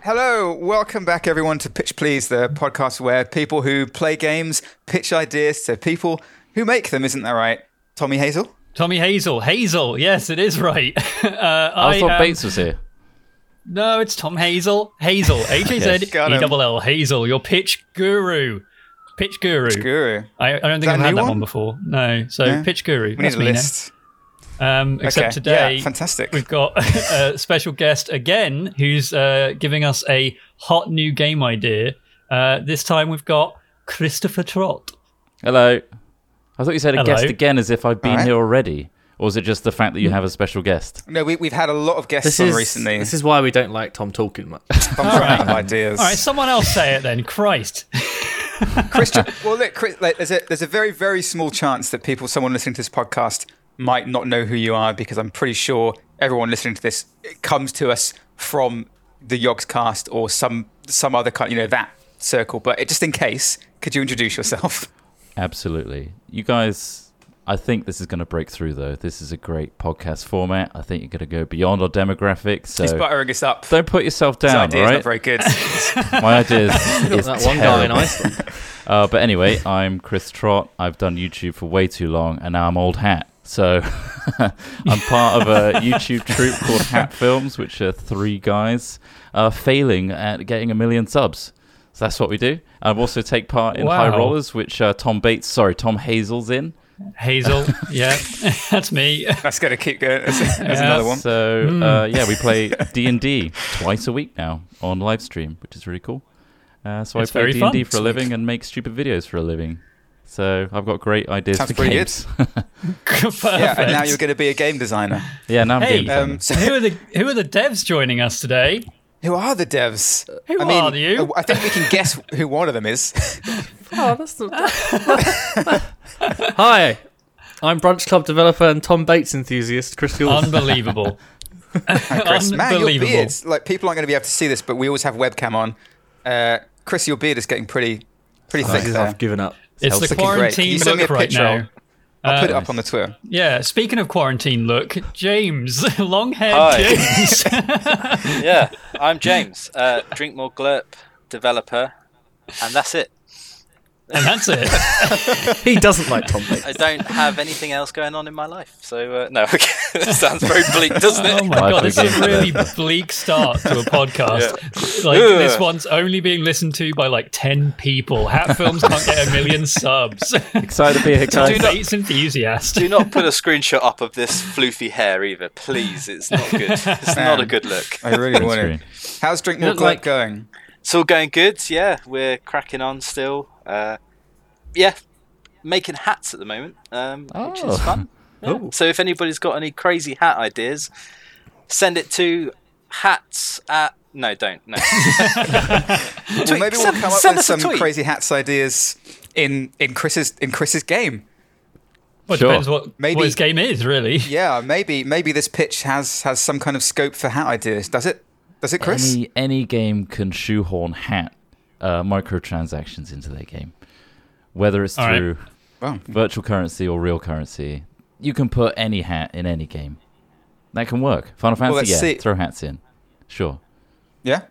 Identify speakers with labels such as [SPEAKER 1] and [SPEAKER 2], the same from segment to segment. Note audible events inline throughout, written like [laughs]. [SPEAKER 1] Hello, welcome back everyone to Pitch Please, the podcast where people who play games pitch ideas to people who make them, isn't that right? Tommy Hazel?
[SPEAKER 2] Tommy Hazel, Hazel. Yes, it is right. [laughs] uh, I,
[SPEAKER 3] I, thought
[SPEAKER 4] um,
[SPEAKER 2] am-
[SPEAKER 3] Bates was here.
[SPEAKER 2] No, it's Tom Hazel. Hazel. H A Z E
[SPEAKER 1] Got him.
[SPEAKER 2] double L. Hazel. Your pitch guru. Pitch guru.
[SPEAKER 1] Guru.
[SPEAKER 2] I, I don't
[SPEAKER 1] that
[SPEAKER 2] think I've
[SPEAKER 1] a new
[SPEAKER 2] had that
[SPEAKER 1] one?
[SPEAKER 2] one? before. No. So
[SPEAKER 1] Yeah.
[SPEAKER 2] pitch guru.
[SPEAKER 1] We need
[SPEAKER 2] That's
[SPEAKER 1] a
[SPEAKER 2] me now.
[SPEAKER 1] list.
[SPEAKER 2] Um, except
[SPEAKER 1] Okay,
[SPEAKER 2] today,
[SPEAKER 1] yeah, fantastic.
[SPEAKER 2] We've got [laughs] uh, a special guest again who's uh, giving us a hot new game idea. Uh, this time we've got Christopher Trott.
[SPEAKER 3] Hello. I thought you said a
[SPEAKER 2] Hello.
[SPEAKER 3] guest again as if I'd been
[SPEAKER 1] Alright.
[SPEAKER 3] here already. Or was it just the fact that
[SPEAKER 4] Mm.
[SPEAKER 3] you have a special guest?
[SPEAKER 1] No, we, we've had a lot of guests
[SPEAKER 4] This
[SPEAKER 1] on
[SPEAKER 4] is
[SPEAKER 1] recently.
[SPEAKER 4] this is why we don't like Tom talking much.
[SPEAKER 1] I'm running out of ideas.
[SPEAKER 2] All right, someone else say it
[SPEAKER 1] [laughs]
[SPEAKER 2] then. Christ.
[SPEAKER 1] Christian, well, look, Chris, like, there's a there's a very very small chance that people, someone listening to this podcast, might not know who you are because I'm pretty sure everyone listening to this comes to us from the Yogs Cast or some some other kind, you know, that circle. But just in case, could you introduce yourself?
[SPEAKER 3] Absolutely. You guys, I think this is going to break through, though. This is a great podcast format. I think you're going to go beyond our demographics.
[SPEAKER 1] He's
[SPEAKER 3] So
[SPEAKER 1] buttering us up.
[SPEAKER 3] don't put yourself
[SPEAKER 1] His
[SPEAKER 3] down, all
[SPEAKER 1] idea's
[SPEAKER 3] right?
[SPEAKER 1] not very good.
[SPEAKER 3] My
[SPEAKER 1] [laughs]
[SPEAKER 3] idea is, is
[SPEAKER 4] that one guy in
[SPEAKER 3] terrible.
[SPEAKER 4] Iceland.
[SPEAKER 3] Uh, but anyway, I'm Chris Trott. I've done YouTube for way too long, and now I'm old hat. So [laughs] I'm part of
[SPEAKER 2] [laughs]
[SPEAKER 3] a YouTube troupe called Hat Films, which are three guys uh, failing at getting a million subs. So that's what we do. I also take part in High
[SPEAKER 2] Wow.
[SPEAKER 3] Rollers, which uh, Tom Bates, sorry, Tom Hazel's in.
[SPEAKER 2] Hazel. Yeah, [laughs] that's me. [laughs]
[SPEAKER 1] That's going to keep going. There's, there's another one.
[SPEAKER 3] So uh,
[SPEAKER 2] Hmm.
[SPEAKER 3] yeah,
[SPEAKER 2] [laughs]
[SPEAKER 3] we play D and D twice a week now on live stream, which is really cool. Uh, so
[SPEAKER 2] It's
[SPEAKER 3] I play
[SPEAKER 2] very
[SPEAKER 3] D and D
[SPEAKER 2] fun.
[SPEAKER 3] for a living and make stupid videos for a living. So I've got great ideas
[SPEAKER 1] Sounds
[SPEAKER 3] for
[SPEAKER 1] pretty
[SPEAKER 3] games.
[SPEAKER 2] Perfect.
[SPEAKER 1] Yeah, and now you're going to be a game designer.
[SPEAKER 3] yeah, now I'm
[SPEAKER 2] Hey,
[SPEAKER 3] game designer.
[SPEAKER 1] Um, so
[SPEAKER 2] who are the who are the devs joining us today?
[SPEAKER 1] who are the devs?
[SPEAKER 2] Who
[SPEAKER 1] I mean,
[SPEAKER 2] are you?
[SPEAKER 1] I think we can guess who one of them is.
[SPEAKER 4] Hi, I'm Brunch Club developer and Tom Bates enthusiast Chris Gilson.
[SPEAKER 2] Unbelievable.
[SPEAKER 1] [laughs] Chris, man, your
[SPEAKER 2] Unbelievable.
[SPEAKER 1] beard's like people aren't going to be able to see this, but we always have webcam on. Uh, Chris, your beard is getting pretty, pretty thick. There.
[SPEAKER 4] I've given up.
[SPEAKER 2] It's the
[SPEAKER 3] Looking
[SPEAKER 1] great. Can you
[SPEAKER 2] quarantine
[SPEAKER 1] send me
[SPEAKER 2] look
[SPEAKER 1] a
[SPEAKER 2] right
[SPEAKER 1] picture?
[SPEAKER 2] now. Uh,
[SPEAKER 1] I'll put it up on the
[SPEAKER 2] [laughs]
[SPEAKER 1] Twitter.
[SPEAKER 2] Yeah, speaking of quarantine look, James, [laughs] long haired
[SPEAKER 5] Hi.
[SPEAKER 1] [laughs]
[SPEAKER 2] James. [laughs]
[SPEAKER 5] yeah, I'm James, uh, Drink More Glurp developer, and that's it.
[SPEAKER 2] and that's it.
[SPEAKER 4] He doesn't like Tom Bates.
[SPEAKER 5] [laughs] I don't have anything else going on in my life. So, uh, no, [laughs] that sounds very bleak, doesn't
[SPEAKER 3] [laughs]
[SPEAKER 5] it?
[SPEAKER 2] Oh my
[SPEAKER 3] Life
[SPEAKER 2] god,
[SPEAKER 3] of
[SPEAKER 2] this
[SPEAKER 3] the
[SPEAKER 2] is a
[SPEAKER 3] game.
[SPEAKER 2] [laughs] really bleak start to a podcast. Like
[SPEAKER 5] Ugh.
[SPEAKER 2] this one's only being listened to by like ten people. Hat films can't get a million subs. [laughs]
[SPEAKER 3] Excited to be here, guys.
[SPEAKER 5] Do not-
[SPEAKER 2] Bates enthusiast.
[SPEAKER 5] Do not put a screenshot up of this floofy hair either, please. It's not good. It's not a good look.
[SPEAKER 1] I really want
[SPEAKER 3] Screen.
[SPEAKER 1] it. How's Drink More
[SPEAKER 4] look
[SPEAKER 1] Club
[SPEAKER 4] like-
[SPEAKER 1] going?
[SPEAKER 5] It's all going good. Yeah, we're cracking on still. Uh, yeah, making hats at the moment, um, which
[SPEAKER 3] Oh.
[SPEAKER 5] is
[SPEAKER 3] [laughs]
[SPEAKER 5] fun. Yeah.
[SPEAKER 4] Ooh.
[SPEAKER 5] So if anybody's got any crazy hat ideas, send it to hats at. No, don't.
[SPEAKER 3] [laughs]
[SPEAKER 5] No.
[SPEAKER 1] Well, maybe we'll
[SPEAKER 5] send-
[SPEAKER 1] come up
[SPEAKER 5] send
[SPEAKER 1] with
[SPEAKER 5] us a
[SPEAKER 1] some
[SPEAKER 5] tweet.
[SPEAKER 1] crazy hats ideas in in Chris's in Chris's game.
[SPEAKER 2] Well,
[SPEAKER 3] Sure.
[SPEAKER 2] depends what,
[SPEAKER 1] Maybe-
[SPEAKER 2] what his game is, really.
[SPEAKER 1] Yeah, maybe maybe this pitch has has some kind of scope for hat ideas. Does it? Does it, Chris?
[SPEAKER 3] Any any game can shoehorn hat uh, microtransactions into their game, whether it's
[SPEAKER 2] All right.
[SPEAKER 3] through
[SPEAKER 1] Well,
[SPEAKER 3] virtual currency or real currency. You can put any hat in any game. That can work. Final Fantasy,
[SPEAKER 1] let's
[SPEAKER 3] yeah,
[SPEAKER 1] see.
[SPEAKER 3] throw hats in. Sure,
[SPEAKER 1] yeah.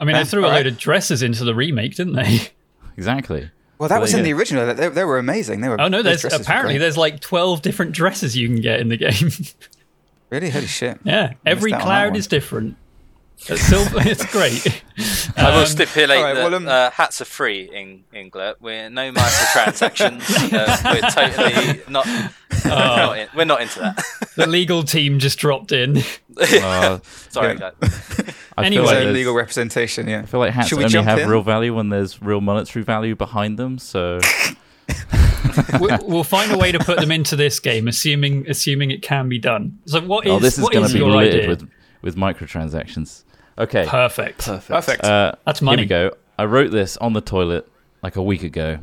[SPEAKER 2] I mean,
[SPEAKER 1] Yeah,
[SPEAKER 2] they threw a
[SPEAKER 1] alright.
[SPEAKER 2] load of dresses into the remake, didn't they?
[SPEAKER 3] exactly.
[SPEAKER 1] Well, that
[SPEAKER 3] There
[SPEAKER 1] was
[SPEAKER 3] you
[SPEAKER 1] in
[SPEAKER 3] go.
[SPEAKER 1] the original. They, they were amazing. They were.
[SPEAKER 2] Oh no,
[SPEAKER 1] those
[SPEAKER 2] there's
[SPEAKER 1] dresses were
[SPEAKER 2] apparently
[SPEAKER 1] great.
[SPEAKER 2] there's like twelve different dresses you can get in the game. [laughs]
[SPEAKER 1] really holy shit.
[SPEAKER 2] yeah, every
[SPEAKER 1] out on that
[SPEAKER 2] cloud
[SPEAKER 1] one.
[SPEAKER 2] is different. It's, still, [laughs] it's great.
[SPEAKER 5] I will stipulate
[SPEAKER 1] all right,
[SPEAKER 5] that
[SPEAKER 1] well, um,
[SPEAKER 5] uh, hats are free in, in Glurp. We're no
[SPEAKER 3] [laughs]
[SPEAKER 5] microtransactions. uh, we're totally not.
[SPEAKER 3] Oh.
[SPEAKER 5] not in, we're not into that. [laughs]
[SPEAKER 2] The legal team just dropped in.
[SPEAKER 3] Uh,
[SPEAKER 5] Sorry, guys.
[SPEAKER 1] Yeah.
[SPEAKER 3] I
[SPEAKER 1] His
[SPEAKER 2] Anyway.
[SPEAKER 3] feel like
[SPEAKER 1] own
[SPEAKER 3] there's-
[SPEAKER 1] legal representation. Yeah.
[SPEAKER 3] I feel like hats
[SPEAKER 1] Should we
[SPEAKER 3] only
[SPEAKER 1] jump
[SPEAKER 3] have
[SPEAKER 1] in?
[SPEAKER 3] real value when there's real monetary value behind them. So
[SPEAKER 2] we, we'll find a way to put them into this game, assuming assuming it can be done. So what is
[SPEAKER 3] oh, this is
[SPEAKER 2] what
[SPEAKER 3] going to be
[SPEAKER 2] your
[SPEAKER 3] littered
[SPEAKER 2] idea?
[SPEAKER 3] with with microtransactions. Okay,
[SPEAKER 2] Perfect.
[SPEAKER 1] Perfect.
[SPEAKER 3] uh,
[SPEAKER 2] That's
[SPEAKER 3] here
[SPEAKER 2] money.
[SPEAKER 3] we go. I wrote this on the toilet like a week ago.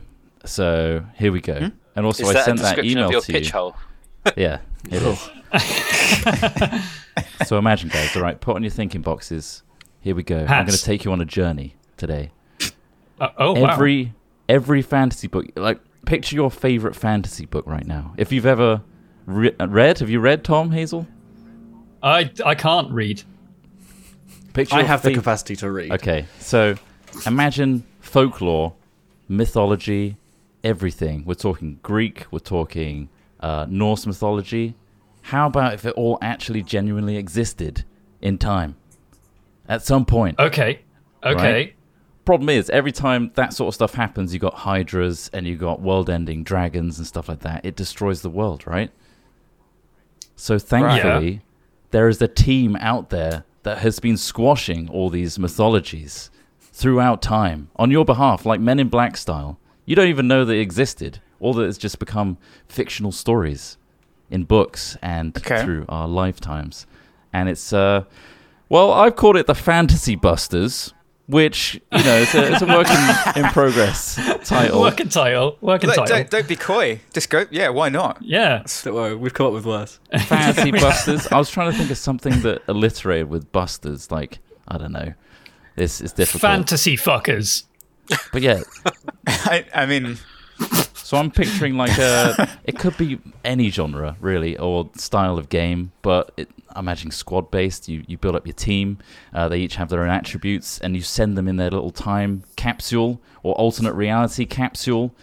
[SPEAKER 3] So here we go. And also,
[SPEAKER 5] Hmm? Is
[SPEAKER 3] I
[SPEAKER 5] that a
[SPEAKER 3] sent that
[SPEAKER 5] description
[SPEAKER 3] email
[SPEAKER 5] of your
[SPEAKER 3] to
[SPEAKER 5] pitch
[SPEAKER 3] you.
[SPEAKER 5] hole?
[SPEAKER 3] Yeah, it is. so imagine, guys. All right, put on your thinking boxes. Here we go. I'm
[SPEAKER 2] Hats.
[SPEAKER 3] going to take you on a journey today.
[SPEAKER 2] Uh, oh wow.
[SPEAKER 3] every every fantasy book, like picture your favorite fantasy book right now. If you've ever re- read, have you read Tom Hazel?
[SPEAKER 2] I I can't read.
[SPEAKER 3] Picture
[SPEAKER 4] I
[SPEAKER 3] your
[SPEAKER 4] have the
[SPEAKER 3] fav-
[SPEAKER 4] capacity to read.
[SPEAKER 3] Okay, so imagine folklore, mythology, everything. We're talking Greek, we're talking uh, Norse mythology. How about if it all actually genuinely existed in time? At some point.
[SPEAKER 2] Okay. Okay.
[SPEAKER 3] Right. Problem is, every time that sort of stuff happens, you got hydras and you got world ending dragons and stuff like that. It destroys the world, right? So thankfully, there is a team out there that has been squashing all these mythologies throughout time on your behalf, like Men in Black style. You don't even know they existed. All that has just become fictional stories in books and
[SPEAKER 1] Okay.
[SPEAKER 3] through our lifetimes. And it's, uh, well, I've called it the Fantasy Busters, which, you know, it's a, it's a work in, in progress title.
[SPEAKER 2] Work and title. Work and
[SPEAKER 1] Look,
[SPEAKER 2] title.
[SPEAKER 1] don't, don't be coy. Just go. Yeah, why not? [laughs]
[SPEAKER 2] Yeah.
[SPEAKER 4] Don't worry, we've come up with worse.
[SPEAKER 3] Fantasy Busters. I was trying to think of something that alliterated with Busters, like, I don't know. This is difficult.
[SPEAKER 2] Fantasy fuckers.
[SPEAKER 3] But yeah,
[SPEAKER 1] I, I mean,
[SPEAKER 3] so I'm picturing like a. It could be any genre, really, or style of game, but it, I'm imagining squad based. You, you build up your team, uh, they each have their own attributes, and you send them in their little time capsule or alternate reality capsule,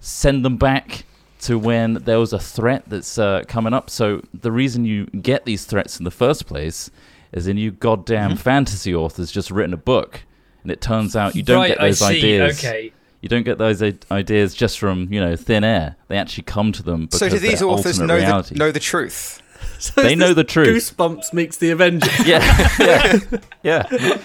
[SPEAKER 3] send them back to when there was a threat that's uh, coming up. So the reason you get these threats in the first place is in you goddamn
[SPEAKER 2] Mm-hmm.
[SPEAKER 3] fantasy authors just written a book. And it turns out you don't
[SPEAKER 2] right,
[SPEAKER 3] get those
[SPEAKER 2] I see.
[SPEAKER 3] ideas
[SPEAKER 2] Okay.
[SPEAKER 3] you don't get those i- ideas just from you know thin air. They actually come to them because
[SPEAKER 1] so do
[SPEAKER 3] they're
[SPEAKER 1] these authors
[SPEAKER 3] alternate
[SPEAKER 1] know the,
[SPEAKER 3] reality.
[SPEAKER 1] know the truth?
[SPEAKER 4] So
[SPEAKER 3] They
[SPEAKER 4] is
[SPEAKER 3] know
[SPEAKER 4] this
[SPEAKER 3] the truth.
[SPEAKER 4] Goosebumps meets
[SPEAKER 3] [laughs]
[SPEAKER 4] the Avengers.
[SPEAKER 3] yeah,
[SPEAKER 1] [laughs]
[SPEAKER 3] yeah, yeah.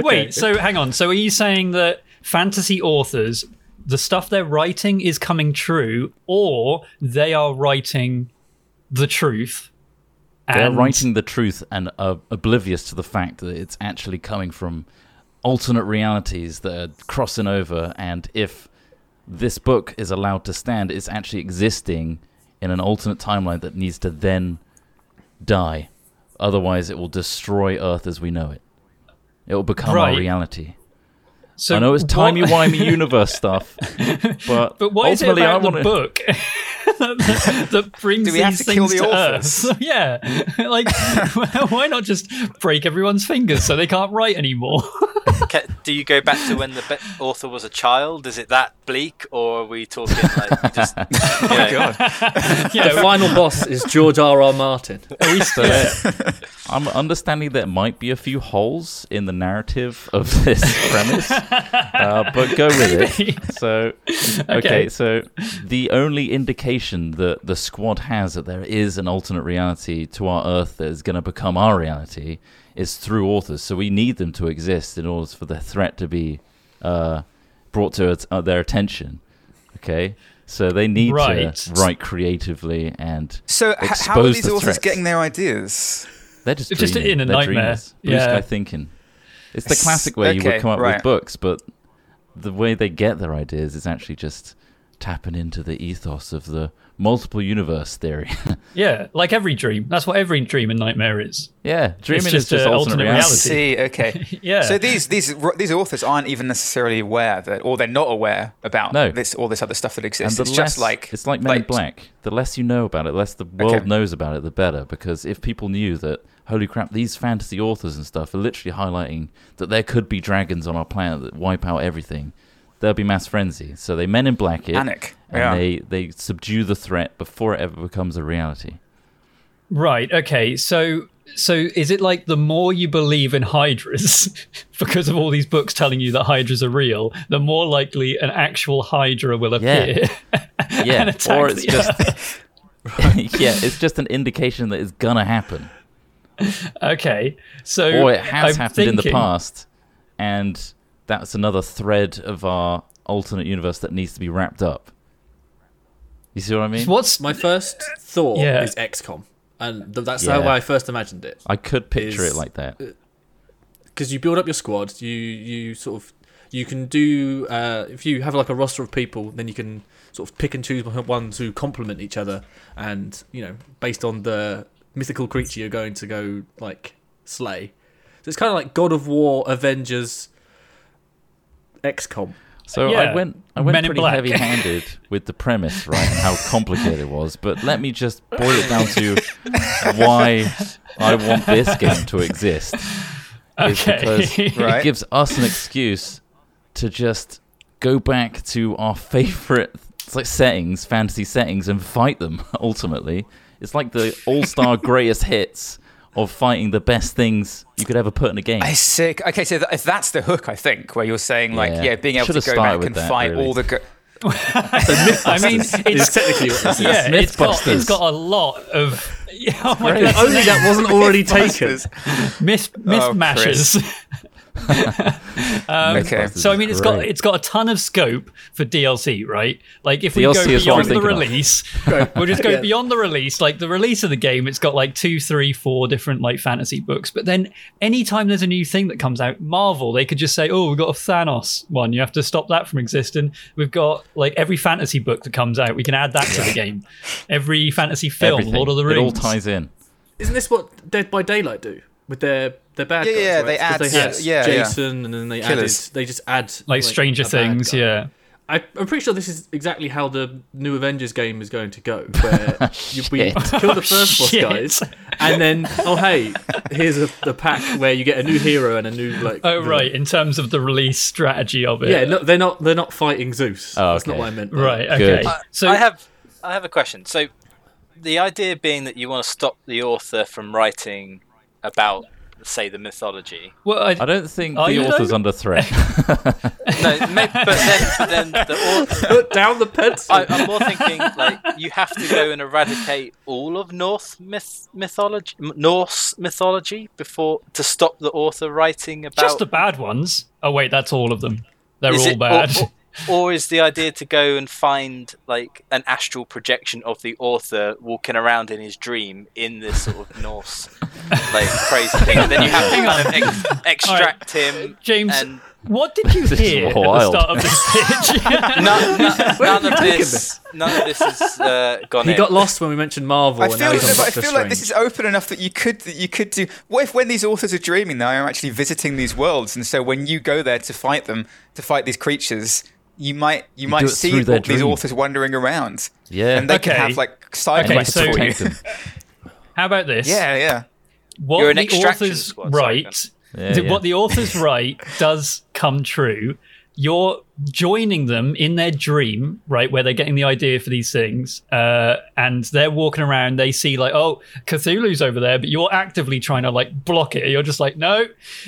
[SPEAKER 2] Wait, so hang on. So are you saying that fantasy authors, the stuff they're writing is coming true, or they are writing the truth?
[SPEAKER 3] They're
[SPEAKER 2] and-
[SPEAKER 3] writing the truth and are oblivious to the fact that it's actually coming from alternate realities that are crossing over. And if this book is allowed to stand, it's actually existing in an alternate timeline that needs to then die. Otherwise, it will destroy Earth as we know it. It will become
[SPEAKER 2] Right.
[SPEAKER 3] our reality.
[SPEAKER 2] So
[SPEAKER 3] I know it's
[SPEAKER 2] what-
[SPEAKER 3] timey wimey universe
[SPEAKER 2] [laughs]
[SPEAKER 3] stuff, but,
[SPEAKER 2] But [laughs] what is it
[SPEAKER 3] ultimately
[SPEAKER 2] about
[SPEAKER 3] I want
[SPEAKER 2] the
[SPEAKER 3] to.
[SPEAKER 2] book [laughs] that, that brings
[SPEAKER 1] Do we have
[SPEAKER 2] these
[SPEAKER 1] to kill
[SPEAKER 2] things
[SPEAKER 1] the
[SPEAKER 2] to
[SPEAKER 1] authors?
[SPEAKER 2] Earth? [laughs] Yeah, like [laughs] why not just break everyone's fingers so they can't write anymore? [laughs]
[SPEAKER 5] Ca- Do you go back to when the be- author was a child? Is it that bleak, or are we talking like just? oh my god!
[SPEAKER 4] The final boss is George R.
[SPEAKER 3] [laughs]
[SPEAKER 4] R. Martin.
[SPEAKER 2] [laughs]
[SPEAKER 3] I'm understanding there might be a few holes in the narrative of
[SPEAKER 2] [laughs]
[SPEAKER 3] this premise, uh, but go with
[SPEAKER 2] Maybe.
[SPEAKER 3] it. So, okay.
[SPEAKER 2] Okay.
[SPEAKER 3] so the only indication that the squad has that there is an alternate reality to our Earth that is going to become our reality is through authors. So we need them to exist in order for the threat to be uh, brought to its- uh, their attention. Okay, so they need
[SPEAKER 2] Right.
[SPEAKER 3] to write creatively and
[SPEAKER 1] So h-
[SPEAKER 3] expose
[SPEAKER 1] how are these
[SPEAKER 3] the
[SPEAKER 1] authors
[SPEAKER 3] threats.
[SPEAKER 1] getting their ideas?
[SPEAKER 3] They're just
[SPEAKER 2] It's just
[SPEAKER 3] dreaming.
[SPEAKER 2] in a
[SPEAKER 3] They're
[SPEAKER 2] nightmare.
[SPEAKER 3] dreamers. Blue
[SPEAKER 2] Yeah.
[SPEAKER 3] sky thinking. It's the
[SPEAKER 1] Yes.
[SPEAKER 3] classic way you
[SPEAKER 1] Okay,
[SPEAKER 3] would come up
[SPEAKER 1] right.
[SPEAKER 3] with books, but the way they get their ideas is actually just tapping into the ethos of the multiple universe theory. [laughs]
[SPEAKER 2] yeah, like every dream. That's what every dream and nightmare is.
[SPEAKER 3] yeah, dreaming
[SPEAKER 2] just,
[SPEAKER 3] is just
[SPEAKER 2] uh, alternate
[SPEAKER 3] alternate, reality.
[SPEAKER 1] I see.
[SPEAKER 2] reality.
[SPEAKER 3] [laughs]
[SPEAKER 1] Okay.
[SPEAKER 2] Yeah.
[SPEAKER 1] So these these these authors aren't even necessarily aware that, or they're not aware about
[SPEAKER 3] No.
[SPEAKER 1] this all this other stuff that
[SPEAKER 3] And
[SPEAKER 1] exists.
[SPEAKER 3] the
[SPEAKER 1] It's
[SPEAKER 3] less,
[SPEAKER 1] just like
[SPEAKER 3] it's like Men in Black. The less you know about it, the less the world
[SPEAKER 1] Okay.
[SPEAKER 3] knows about it, the better. Because if people knew that, holy crap, these fantasy authors and stuff are literally highlighting that there could be dragons on our planet that wipe out everything, there'll be mass frenzy. So they Men in Black it,
[SPEAKER 1] Panic,
[SPEAKER 3] and
[SPEAKER 1] yeah.
[SPEAKER 3] they they subdue the threat before it ever becomes a
[SPEAKER 1] [laughs]
[SPEAKER 3] reality.
[SPEAKER 2] Right. Okay. So so is it like the more you believe in hydras [laughs] because of all these books telling you that hydras are real, the more likely an actual hydra will
[SPEAKER 3] Yeah.
[SPEAKER 2] appear? [laughs]
[SPEAKER 3] Yeah,
[SPEAKER 2] attack
[SPEAKER 3] or it's
[SPEAKER 2] the
[SPEAKER 3] [laughs] just yeah, it's just an indication that it's gonna happen.
[SPEAKER 2] Okay, so
[SPEAKER 3] or it has
[SPEAKER 2] I'm
[SPEAKER 3] happened in the
[SPEAKER 2] thinking-
[SPEAKER 3] past, and that's another thread of our alternate universe that needs to be wrapped up. You see what I mean?
[SPEAKER 2] What's
[SPEAKER 4] My first thought
[SPEAKER 2] Yeah.
[SPEAKER 4] is XCOM, and th- that's
[SPEAKER 3] Yeah.
[SPEAKER 4] how I first imagined it.
[SPEAKER 3] I could picture
[SPEAKER 4] is-
[SPEAKER 3] it like that.
[SPEAKER 4] because you build up your squad. You you sort of you can do uh, if you have like a roster of people, then you can sort of pick and choose ones who complement each other, and you know based on the mythical creature you're going to go like slay. So it's kind of like God of War, Avengers, XCOM.
[SPEAKER 3] So
[SPEAKER 2] Yeah.
[SPEAKER 3] I went, I went
[SPEAKER 2] Men in
[SPEAKER 3] pretty
[SPEAKER 2] Black. [laughs]
[SPEAKER 3] heavy-handed with the premise, right, and how complicated it was. But let me just boil it
[SPEAKER 2] [laughs]
[SPEAKER 3] down to why I want this game to exist. Is
[SPEAKER 2] [laughs]
[SPEAKER 3] because
[SPEAKER 2] okay?
[SPEAKER 1] Right.
[SPEAKER 3] it gives us an excuse to just go back to our favorite it's like settings, fantasy settings, and fight them. [laughs] Ultimately, it's like the
[SPEAKER 2] [laughs]
[SPEAKER 3] all-star greatest hits of fighting the best things you could ever put in a game.
[SPEAKER 1] I sick. Okay, so th- if that's the hook, I think, where you're saying like, yeah,
[SPEAKER 3] Yeah.
[SPEAKER 1] being able
[SPEAKER 3] Should've
[SPEAKER 1] to go
[SPEAKER 3] started
[SPEAKER 1] back
[SPEAKER 3] with
[SPEAKER 1] and
[SPEAKER 3] that,
[SPEAKER 1] fight
[SPEAKER 3] really.
[SPEAKER 1] all the. Go-
[SPEAKER 3] [laughs]
[SPEAKER 2] I mean,
[SPEAKER 4] It's
[SPEAKER 2] it's
[SPEAKER 4] technically what [laughs] this is.
[SPEAKER 2] yeah, it's got, it's
[SPEAKER 3] Mythbusters.
[SPEAKER 2] got a lot of [laughs] yeah, oh my God,
[SPEAKER 4] Only that
[SPEAKER 1] [laughs]
[SPEAKER 4] wasn't [laughs] already
[SPEAKER 3] [laughs]
[SPEAKER 4] taken.
[SPEAKER 1] Mythbusters.
[SPEAKER 2] myth
[SPEAKER 1] Oh, Chris.
[SPEAKER 2] mismatches.
[SPEAKER 1] okay.
[SPEAKER 3] Mythbusters
[SPEAKER 2] So I mean,
[SPEAKER 3] is
[SPEAKER 2] it's got
[SPEAKER 3] great.
[SPEAKER 2] it's got a ton of scope for DLC, right? Like if we
[SPEAKER 3] DLC
[SPEAKER 2] go
[SPEAKER 3] is what I'm
[SPEAKER 2] beyond the
[SPEAKER 3] thinking of.
[SPEAKER 2] release, [laughs] we'll just go beyond the release. Like the release of the game, it's got like two, three, four different like fantasy books. But then anytime there's a new thing that comes out, Marvel, they could just say, "Oh, we've got a Thanos one. You have to stop that from existing." We've got like every fantasy book that comes out, we can add that to the game. Every fantasy film,
[SPEAKER 3] Everything.
[SPEAKER 2] Lord of the
[SPEAKER 3] It all
[SPEAKER 2] Rings.
[SPEAKER 3] ties in.
[SPEAKER 4] Isn't this what Dead by Daylight do with their their bad
[SPEAKER 1] Yeah,
[SPEAKER 4] guys?
[SPEAKER 1] yeah,
[SPEAKER 4] right?
[SPEAKER 1] they
[SPEAKER 4] 'Cause
[SPEAKER 1] add-
[SPEAKER 4] they had
[SPEAKER 1] yeah, yeah, yeah.
[SPEAKER 4] Jason, and then they
[SPEAKER 1] Killers.
[SPEAKER 4] added they just add
[SPEAKER 2] like Stranger
[SPEAKER 4] a bad
[SPEAKER 2] Things,
[SPEAKER 4] guy.
[SPEAKER 2] yeah.
[SPEAKER 4] I, I'm pretty sure this is exactly how the new Avengers game is going to go, where you, we kill the first boss
[SPEAKER 2] Shit.
[SPEAKER 4] guys, and then oh hey, here's a, the pack where you get a new hero and a new like.
[SPEAKER 2] Oh
[SPEAKER 4] villain.
[SPEAKER 2] right, in terms of the release strategy of it.
[SPEAKER 4] Yeah, no, they're not they're not fighting Zeus.
[SPEAKER 3] Oh,
[SPEAKER 4] That's not
[SPEAKER 3] okay.
[SPEAKER 4] what I meant. by
[SPEAKER 2] Right.
[SPEAKER 4] that.
[SPEAKER 2] Okay.
[SPEAKER 3] Good.
[SPEAKER 2] So
[SPEAKER 5] I have I have a question. So the idea being that you want to stop the author from writing about say the mythology.
[SPEAKER 2] well, I,
[SPEAKER 3] I don't think
[SPEAKER 2] Are
[SPEAKER 3] the
[SPEAKER 2] you
[SPEAKER 3] author's
[SPEAKER 2] though?
[SPEAKER 3] under threat.
[SPEAKER 5] No, maybe, but then, then the author
[SPEAKER 4] Put down the pencil.
[SPEAKER 5] I, I'm more thinking like you have to go and eradicate all of North myth mythology, m- Norse mythology, before to stop the author writing about.
[SPEAKER 2] just the bad ones. Oh wait, that's all of them. They're
[SPEAKER 5] Is
[SPEAKER 2] all
[SPEAKER 5] it-
[SPEAKER 2] bad.
[SPEAKER 5] Or, or, or is the idea to go and find like an astral projection of the author walking around in his dream in this sort of Norse like crazy thing, and then you have to kind of ex- extract him,
[SPEAKER 2] [laughs] James,
[SPEAKER 4] [laughs]
[SPEAKER 5] and
[SPEAKER 2] what did
[SPEAKER 3] [laughs]
[SPEAKER 2] you
[SPEAKER 3] is
[SPEAKER 2] hear at the
[SPEAKER 3] wild.
[SPEAKER 2] start of
[SPEAKER 5] [laughs]
[SPEAKER 2] this pitch?
[SPEAKER 5] none, none,
[SPEAKER 4] Where have
[SPEAKER 5] none
[SPEAKER 4] you
[SPEAKER 5] of
[SPEAKER 4] taken
[SPEAKER 5] this, none of this is uh, gone.
[SPEAKER 4] he
[SPEAKER 5] in.
[SPEAKER 4] got lost when we mentioned Marvel,
[SPEAKER 1] I
[SPEAKER 4] and
[SPEAKER 1] feel,
[SPEAKER 4] now he's on
[SPEAKER 1] no, but I
[SPEAKER 4] Doctor
[SPEAKER 1] feel like this
[SPEAKER 4] Strange.
[SPEAKER 1] is open enough that you could that you could do. What if when these authors are dreaming, they are actually visiting these worlds, and so when you go there to fight them, to fight these creatures, you might you,
[SPEAKER 3] do
[SPEAKER 1] might
[SPEAKER 3] it
[SPEAKER 1] see
[SPEAKER 3] through their
[SPEAKER 1] what these
[SPEAKER 3] dream.
[SPEAKER 1] authers wandering around.
[SPEAKER 3] Yeah.
[SPEAKER 1] and they can
[SPEAKER 2] Okay.
[SPEAKER 1] have like side
[SPEAKER 2] [laughs] Okay,
[SPEAKER 1] quests
[SPEAKER 2] so-
[SPEAKER 1] for you.
[SPEAKER 3] Protect them.
[SPEAKER 2] [laughs] How about this?
[SPEAKER 1] Yeah, yeah.
[SPEAKER 2] What
[SPEAKER 5] You're an
[SPEAKER 2] the
[SPEAKER 5] extraction
[SPEAKER 2] authors
[SPEAKER 5] squad, sorry,
[SPEAKER 2] write,
[SPEAKER 3] Ben. Yeah,
[SPEAKER 2] th-
[SPEAKER 3] yeah.
[SPEAKER 2] what the authors
[SPEAKER 3] [laughs]
[SPEAKER 2] write does come true. You're joining them in their dream, right, where they're getting the idea for these things, uh, and they're walking around. They see like, oh, Cthulhu's over there, but you're actively trying to like block it. You're just like, no,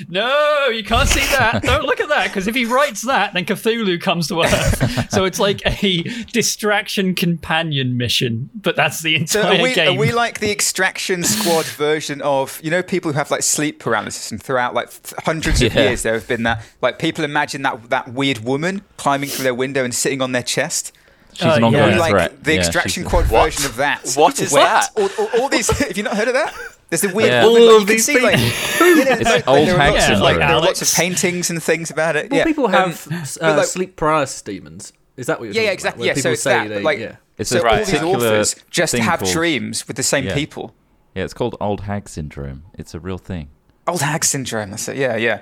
[SPEAKER 2] no, you can't see
[SPEAKER 3] [laughs]
[SPEAKER 2] that. Don't look at that, because if he writes that, then Cthulhu comes to
[SPEAKER 3] [laughs]
[SPEAKER 2] Earth. so it's like a distraction companion mission, but that's the
[SPEAKER 1] So
[SPEAKER 2] entire
[SPEAKER 1] are we,
[SPEAKER 2] game.
[SPEAKER 1] are we like the extraction squad version of you know people who have like sleep paralysis and throughout like th- hundreds of
[SPEAKER 3] Yeah.
[SPEAKER 1] years there have been that like people imagine that that weird woman climbing through their window and sitting on their chest.
[SPEAKER 3] She's an
[SPEAKER 2] Uh, yeah.
[SPEAKER 3] ongoing
[SPEAKER 1] Or like
[SPEAKER 3] threat.
[SPEAKER 1] the
[SPEAKER 3] Yeah,
[SPEAKER 1] extraction
[SPEAKER 3] she's-
[SPEAKER 1] quad version of that.
[SPEAKER 5] What is
[SPEAKER 1] Where-
[SPEAKER 5] that?
[SPEAKER 1] All, all- all these. [laughs] Have you not heard of that? There's the weird.
[SPEAKER 3] Yeah.
[SPEAKER 1] woman,
[SPEAKER 4] All
[SPEAKER 1] like,
[SPEAKER 4] of
[SPEAKER 1] you
[SPEAKER 4] these
[SPEAKER 1] can see, like, [laughs] yeah, yeah, like,
[SPEAKER 3] old
[SPEAKER 1] there are
[SPEAKER 3] hack
[SPEAKER 1] lots of, like,
[SPEAKER 3] syndrome.
[SPEAKER 1] there are lots of
[SPEAKER 2] Alex.
[SPEAKER 1] paintings and things about it.
[SPEAKER 4] Well,
[SPEAKER 1] yeah.
[SPEAKER 4] people
[SPEAKER 1] Um,
[SPEAKER 4] have uh,
[SPEAKER 1] but, like-
[SPEAKER 4] sleep paralysis demons. Is that what
[SPEAKER 1] yeah,
[SPEAKER 4] you're talking
[SPEAKER 1] yeah,
[SPEAKER 4] about?
[SPEAKER 1] exactly.
[SPEAKER 4] Where
[SPEAKER 1] Yeah, so
[SPEAKER 4] people
[SPEAKER 1] it's
[SPEAKER 4] say
[SPEAKER 1] that.
[SPEAKER 4] they-
[SPEAKER 1] but, like,
[SPEAKER 4] yeah.
[SPEAKER 3] It's
[SPEAKER 1] so
[SPEAKER 3] a
[SPEAKER 1] all these
[SPEAKER 3] particular
[SPEAKER 1] authors just
[SPEAKER 3] thing
[SPEAKER 1] have
[SPEAKER 3] called-
[SPEAKER 1] dreams with the same
[SPEAKER 3] Yeah.
[SPEAKER 1] people.
[SPEAKER 3] Yeah, it's called old hag syndrome. It's a real thing.
[SPEAKER 1] Old hag syndrome. That's it. Yeah, yeah,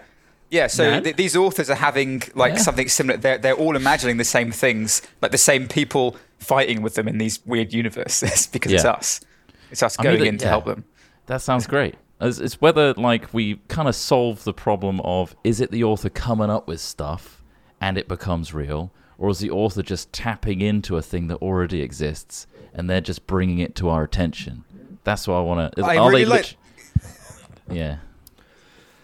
[SPEAKER 1] yeah. So
[SPEAKER 4] No.
[SPEAKER 1] th- these authors are having like
[SPEAKER 3] Yeah.
[SPEAKER 1] something similar. They're they're all imagining the same things, like the same people fighting with them in these weird universes [laughs] because it's
[SPEAKER 3] Yeah.
[SPEAKER 1] us. It's us
[SPEAKER 3] I mean,
[SPEAKER 1] going
[SPEAKER 3] that-
[SPEAKER 1] in to
[SPEAKER 3] yeah.
[SPEAKER 1] help them.
[SPEAKER 3] That sounds great. It's, it's whether like we kind of solve the problem of is it the author coming up with stuff and it becomes real, or is the author just tapping into a thing that already exists and they're just bringing it to our attention? That's what I want to.
[SPEAKER 1] I really like-
[SPEAKER 3] yeah.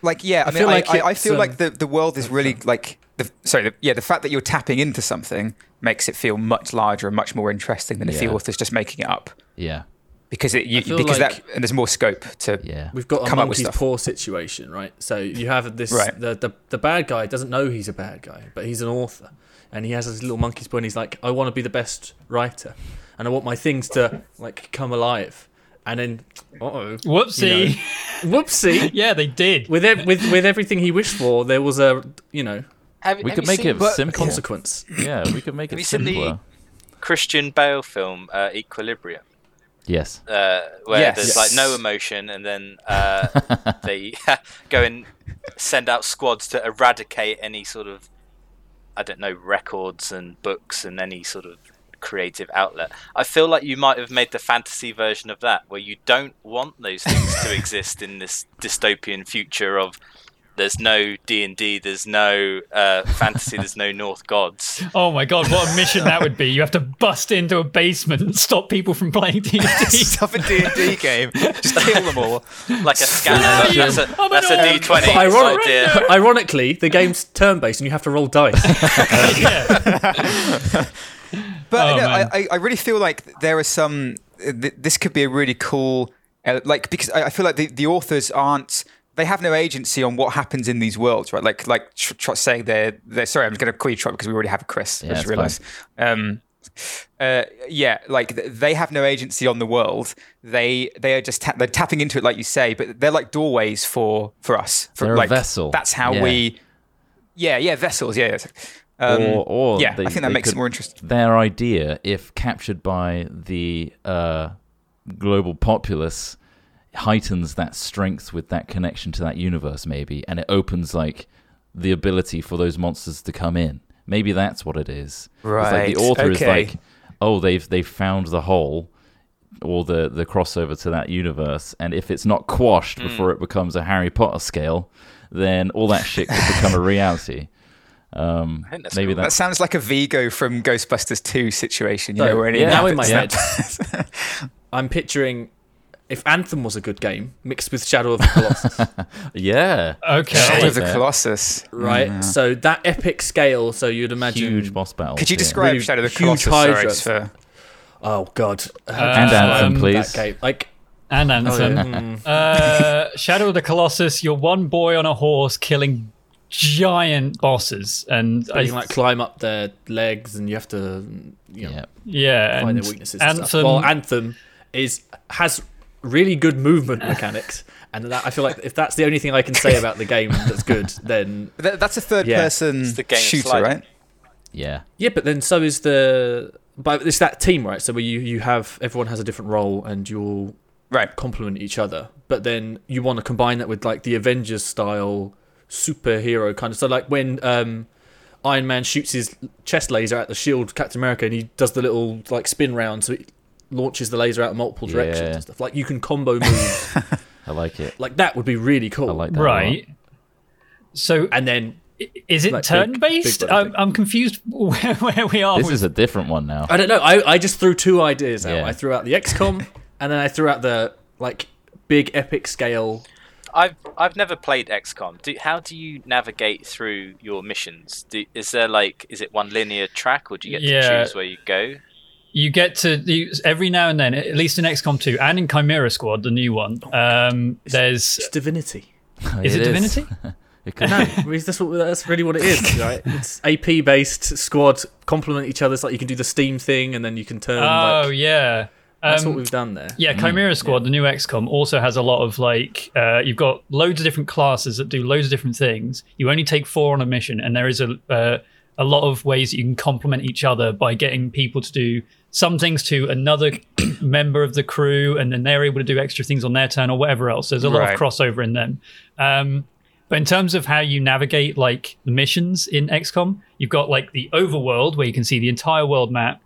[SPEAKER 1] like yeah i, mean
[SPEAKER 4] feel
[SPEAKER 1] I,
[SPEAKER 4] like
[SPEAKER 1] I, I
[SPEAKER 4] it's,
[SPEAKER 1] feel
[SPEAKER 4] um,
[SPEAKER 1] like the, the world is really like the sorry the, yeah the fact that you're tapping into something makes it feel much larger and much more interesting than if the
[SPEAKER 3] Yeah.
[SPEAKER 1] author's just making it up
[SPEAKER 3] Yeah.
[SPEAKER 1] because it you,
[SPEAKER 4] feel
[SPEAKER 1] because
[SPEAKER 4] like-
[SPEAKER 1] that and there's more scope to
[SPEAKER 3] Yeah.
[SPEAKER 4] We've got a
[SPEAKER 1] Come up with
[SPEAKER 4] monkey's
[SPEAKER 1] stuff.
[SPEAKER 4] paw situation, right? So you have this
[SPEAKER 1] Right.
[SPEAKER 4] the, the the bad guy doesn't know he's a bad guy, but he's an author, and he has his little monkey's paw, and he's like, I want to be the best writer, and I want my things to like come alive, and then, uh oh,
[SPEAKER 2] Whoopsie.
[SPEAKER 4] whoopsie.
[SPEAKER 2] [laughs] yeah, they did.
[SPEAKER 4] With, ev- with with everything he wished for, there was a you know
[SPEAKER 5] Have,
[SPEAKER 3] We
[SPEAKER 5] have
[SPEAKER 3] could
[SPEAKER 5] you
[SPEAKER 3] make
[SPEAKER 5] seen
[SPEAKER 3] it
[SPEAKER 4] a
[SPEAKER 3] simple.
[SPEAKER 4] consequence.
[SPEAKER 3] Yeah, we could make it
[SPEAKER 5] Recently-
[SPEAKER 3] simpler.
[SPEAKER 5] Christian Bale film uh, Equilibrium,
[SPEAKER 3] Yes.
[SPEAKER 5] uh, where
[SPEAKER 1] Yes.
[SPEAKER 5] there's
[SPEAKER 1] Yes.
[SPEAKER 5] like no emotion, and then uh, they [laughs] go and send out squads to eradicate any sort of I don't know records and books and any sort of creative outlet. I feel like you might have made the fantasy version of that, where you don't want those things to exist in this dystopian future of. There's no D and D. There's no uh, fantasy. There's no North gods.
[SPEAKER 2] Oh my god, what a mission that would be! You have to bust into a basement and stop people from playing D and D.
[SPEAKER 1] [laughs] stuff a D&D game. Just kill them all.
[SPEAKER 5] like a scanner.
[SPEAKER 2] Slay
[SPEAKER 5] that's a,
[SPEAKER 2] I'm
[SPEAKER 5] that's
[SPEAKER 2] an
[SPEAKER 5] a
[SPEAKER 2] orc.
[SPEAKER 5] D20.
[SPEAKER 4] But
[SPEAKER 5] oh
[SPEAKER 4] ironic-
[SPEAKER 5] dear.
[SPEAKER 4] [laughs] ironically, the game's turn based, and you have to roll
[SPEAKER 1] [laughs]
[SPEAKER 4] dice.
[SPEAKER 2] yeah.
[SPEAKER 1] But no,
[SPEAKER 2] Oh, man.
[SPEAKER 1] I, I- I really feel like there are some. Th- this could be a really cool, uh, like because I, I feel like the, the authors aren't. They have no agency on what happens in these worlds, right? Like like tr- Trot saying they're they're sorry. I'm going to call you Trot because we already have a Chris. I just
[SPEAKER 3] it's
[SPEAKER 1] realised. Um, uh, yeah, like th- they have no agency on the world. They they are just ta- they're tapping into it, like you say. But they're like doorways for for us. For,
[SPEAKER 3] They're a
[SPEAKER 1] like,
[SPEAKER 3] vessel.
[SPEAKER 1] That's how
[SPEAKER 3] Yeah.
[SPEAKER 1] we. Yeah, yeah, vessels. Yeah, yeah. Um,
[SPEAKER 3] or, or
[SPEAKER 1] yeah,
[SPEAKER 3] they-
[SPEAKER 1] I think that
[SPEAKER 3] they
[SPEAKER 1] makes
[SPEAKER 3] could-
[SPEAKER 1] it more interesting.
[SPEAKER 3] Their idea, if captured by the uh, global populace, heightens that strength with that connection to that universe, maybe, and it opens like the ability for those monsters to come in. Maybe that's what it is. It's like
[SPEAKER 1] Right,
[SPEAKER 3] the author is
[SPEAKER 1] okay.
[SPEAKER 3] like, oh, they've they've found the hole or the the crossover to that universe, and if it's not quashed
[SPEAKER 1] Hmm.
[SPEAKER 3] before it becomes a Harry Potter scale, then all that shit could
[SPEAKER 1] [laughs]
[SPEAKER 3] become a reality. Um,
[SPEAKER 5] I think that's
[SPEAKER 3] maybe
[SPEAKER 5] cool.
[SPEAKER 3] that's
[SPEAKER 1] That sounds like a Vigo from Ghostbusters 2 situation, you know, where
[SPEAKER 3] yeah.
[SPEAKER 1] anything
[SPEAKER 4] now in my
[SPEAKER 1] happens.
[SPEAKER 4] head, I'm picturing if Anthem was a good game mixed with Shadow of the Colossus,
[SPEAKER 3] Yeah.
[SPEAKER 1] [laughs] Shadow
[SPEAKER 2] Okay.
[SPEAKER 1] of the
[SPEAKER 3] Yeah.
[SPEAKER 1] Colossus.
[SPEAKER 4] right? So that epic scale, so you'd imagine.
[SPEAKER 3] Huge boss battle.
[SPEAKER 1] Could you describe
[SPEAKER 4] Really
[SPEAKER 1] Shadow of the
[SPEAKER 4] huge
[SPEAKER 1] Colossus? Sorry, it's for,
[SPEAKER 4] Oh God,
[SPEAKER 3] And Anthem,
[SPEAKER 2] Um,
[SPEAKER 4] that
[SPEAKER 3] please.
[SPEAKER 4] game, like
[SPEAKER 2] And Anthem. uh, Shadow of the Colossus. You're one boy on a horse killing giant bosses, and
[SPEAKER 4] you can like climb up their legs, and you have to, you know,
[SPEAKER 3] Yeah.
[SPEAKER 2] yeah,
[SPEAKER 4] find
[SPEAKER 2] and
[SPEAKER 4] their weaknesses. and stuff.
[SPEAKER 2] Anthem.
[SPEAKER 4] Well, Anthem is has really good movement mechanics, and that I feel like if that's the only thing I can say about the game that's good, then
[SPEAKER 1] But that- that's a third
[SPEAKER 4] Yeah.
[SPEAKER 1] person
[SPEAKER 5] the game of
[SPEAKER 1] shooter,
[SPEAKER 5] sliding.
[SPEAKER 1] right?
[SPEAKER 3] Yeah.
[SPEAKER 4] Yeah, but then so is the. But it's that team, right? So where you you have everyone has a different role and you all
[SPEAKER 1] Right.
[SPEAKER 4] complement each other. But then you want to combine that with like the Avengers style superhero kind of. So like when um, Iron Man shoots his chest laser at the shield Captain America and he does the little like spin round, so it launches the laser out in multiple directions
[SPEAKER 3] Yeah.
[SPEAKER 4] and stuff. Like you can combo [laughs] moves.
[SPEAKER 3] I like it.
[SPEAKER 4] like that would be really cool.
[SPEAKER 3] I like that. a lot.
[SPEAKER 2] right. So
[SPEAKER 4] And then
[SPEAKER 2] i- is it
[SPEAKER 4] like big-
[SPEAKER 2] turn based?
[SPEAKER 4] big brother
[SPEAKER 2] I'm,
[SPEAKER 4] thing.
[SPEAKER 2] I'm confused [laughs] where, where we are.
[SPEAKER 3] This
[SPEAKER 2] with-
[SPEAKER 3] is a different one now.
[SPEAKER 4] I don't know. I, I just threw two ideas out.
[SPEAKER 3] Yeah.
[SPEAKER 4] I threw out
[SPEAKER 2] [laughs]
[SPEAKER 4] the XCOM, and then I threw out the like big epic scale.
[SPEAKER 5] I've I've never played XCOM. Do, how do you navigate through your missions? Do, is there like is it one linear track, or do you get
[SPEAKER 2] Yeah.
[SPEAKER 5] to choose where you go?
[SPEAKER 2] you get to you, every now and then, at least in XCOM 2 and in Chimera Squad, the new one.
[SPEAKER 4] Oh,
[SPEAKER 2] Um, there's
[SPEAKER 4] It's divinity.
[SPEAKER 2] Uh, is it,
[SPEAKER 3] is.
[SPEAKER 2] Divinity?
[SPEAKER 3] It could
[SPEAKER 4] No,
[SPEAKER 3] be.
[SPEAKER 4] I mean, that's what that's really what
[SPEAKER 2] [laughs]
[SPEAKER 4] it is. Right? It's AP based squad complement each other. It's like you can do the steam thing, and then you can turn.
[SPEAKER 2] oh
[SPEAKER 4] like,
[SPEAKER 2] yeah,
[SPEAKER 4] that's what
[SPEAKER 2] um,
[SPEAKER 4] we've done there.
[SPEAKER 2] yeah. Chimera Squad, the new XCOM, also has a lot of like uh, you've got loads of different classes that do loads of different things. You only take four on a mission, and there is a uh, a lot of ways that you can complement each other by getting people to do some things to another [clears throat] member of the crew, and then they're able to do extra things on their turn or whatever else. There's a lot
[SPEAKER 1] Right.
[SPEAKER 2] of crossover in them. Um, But in terms of how you navigate like the missions in XCOM, you've got like the overworld where you can see the entire world map,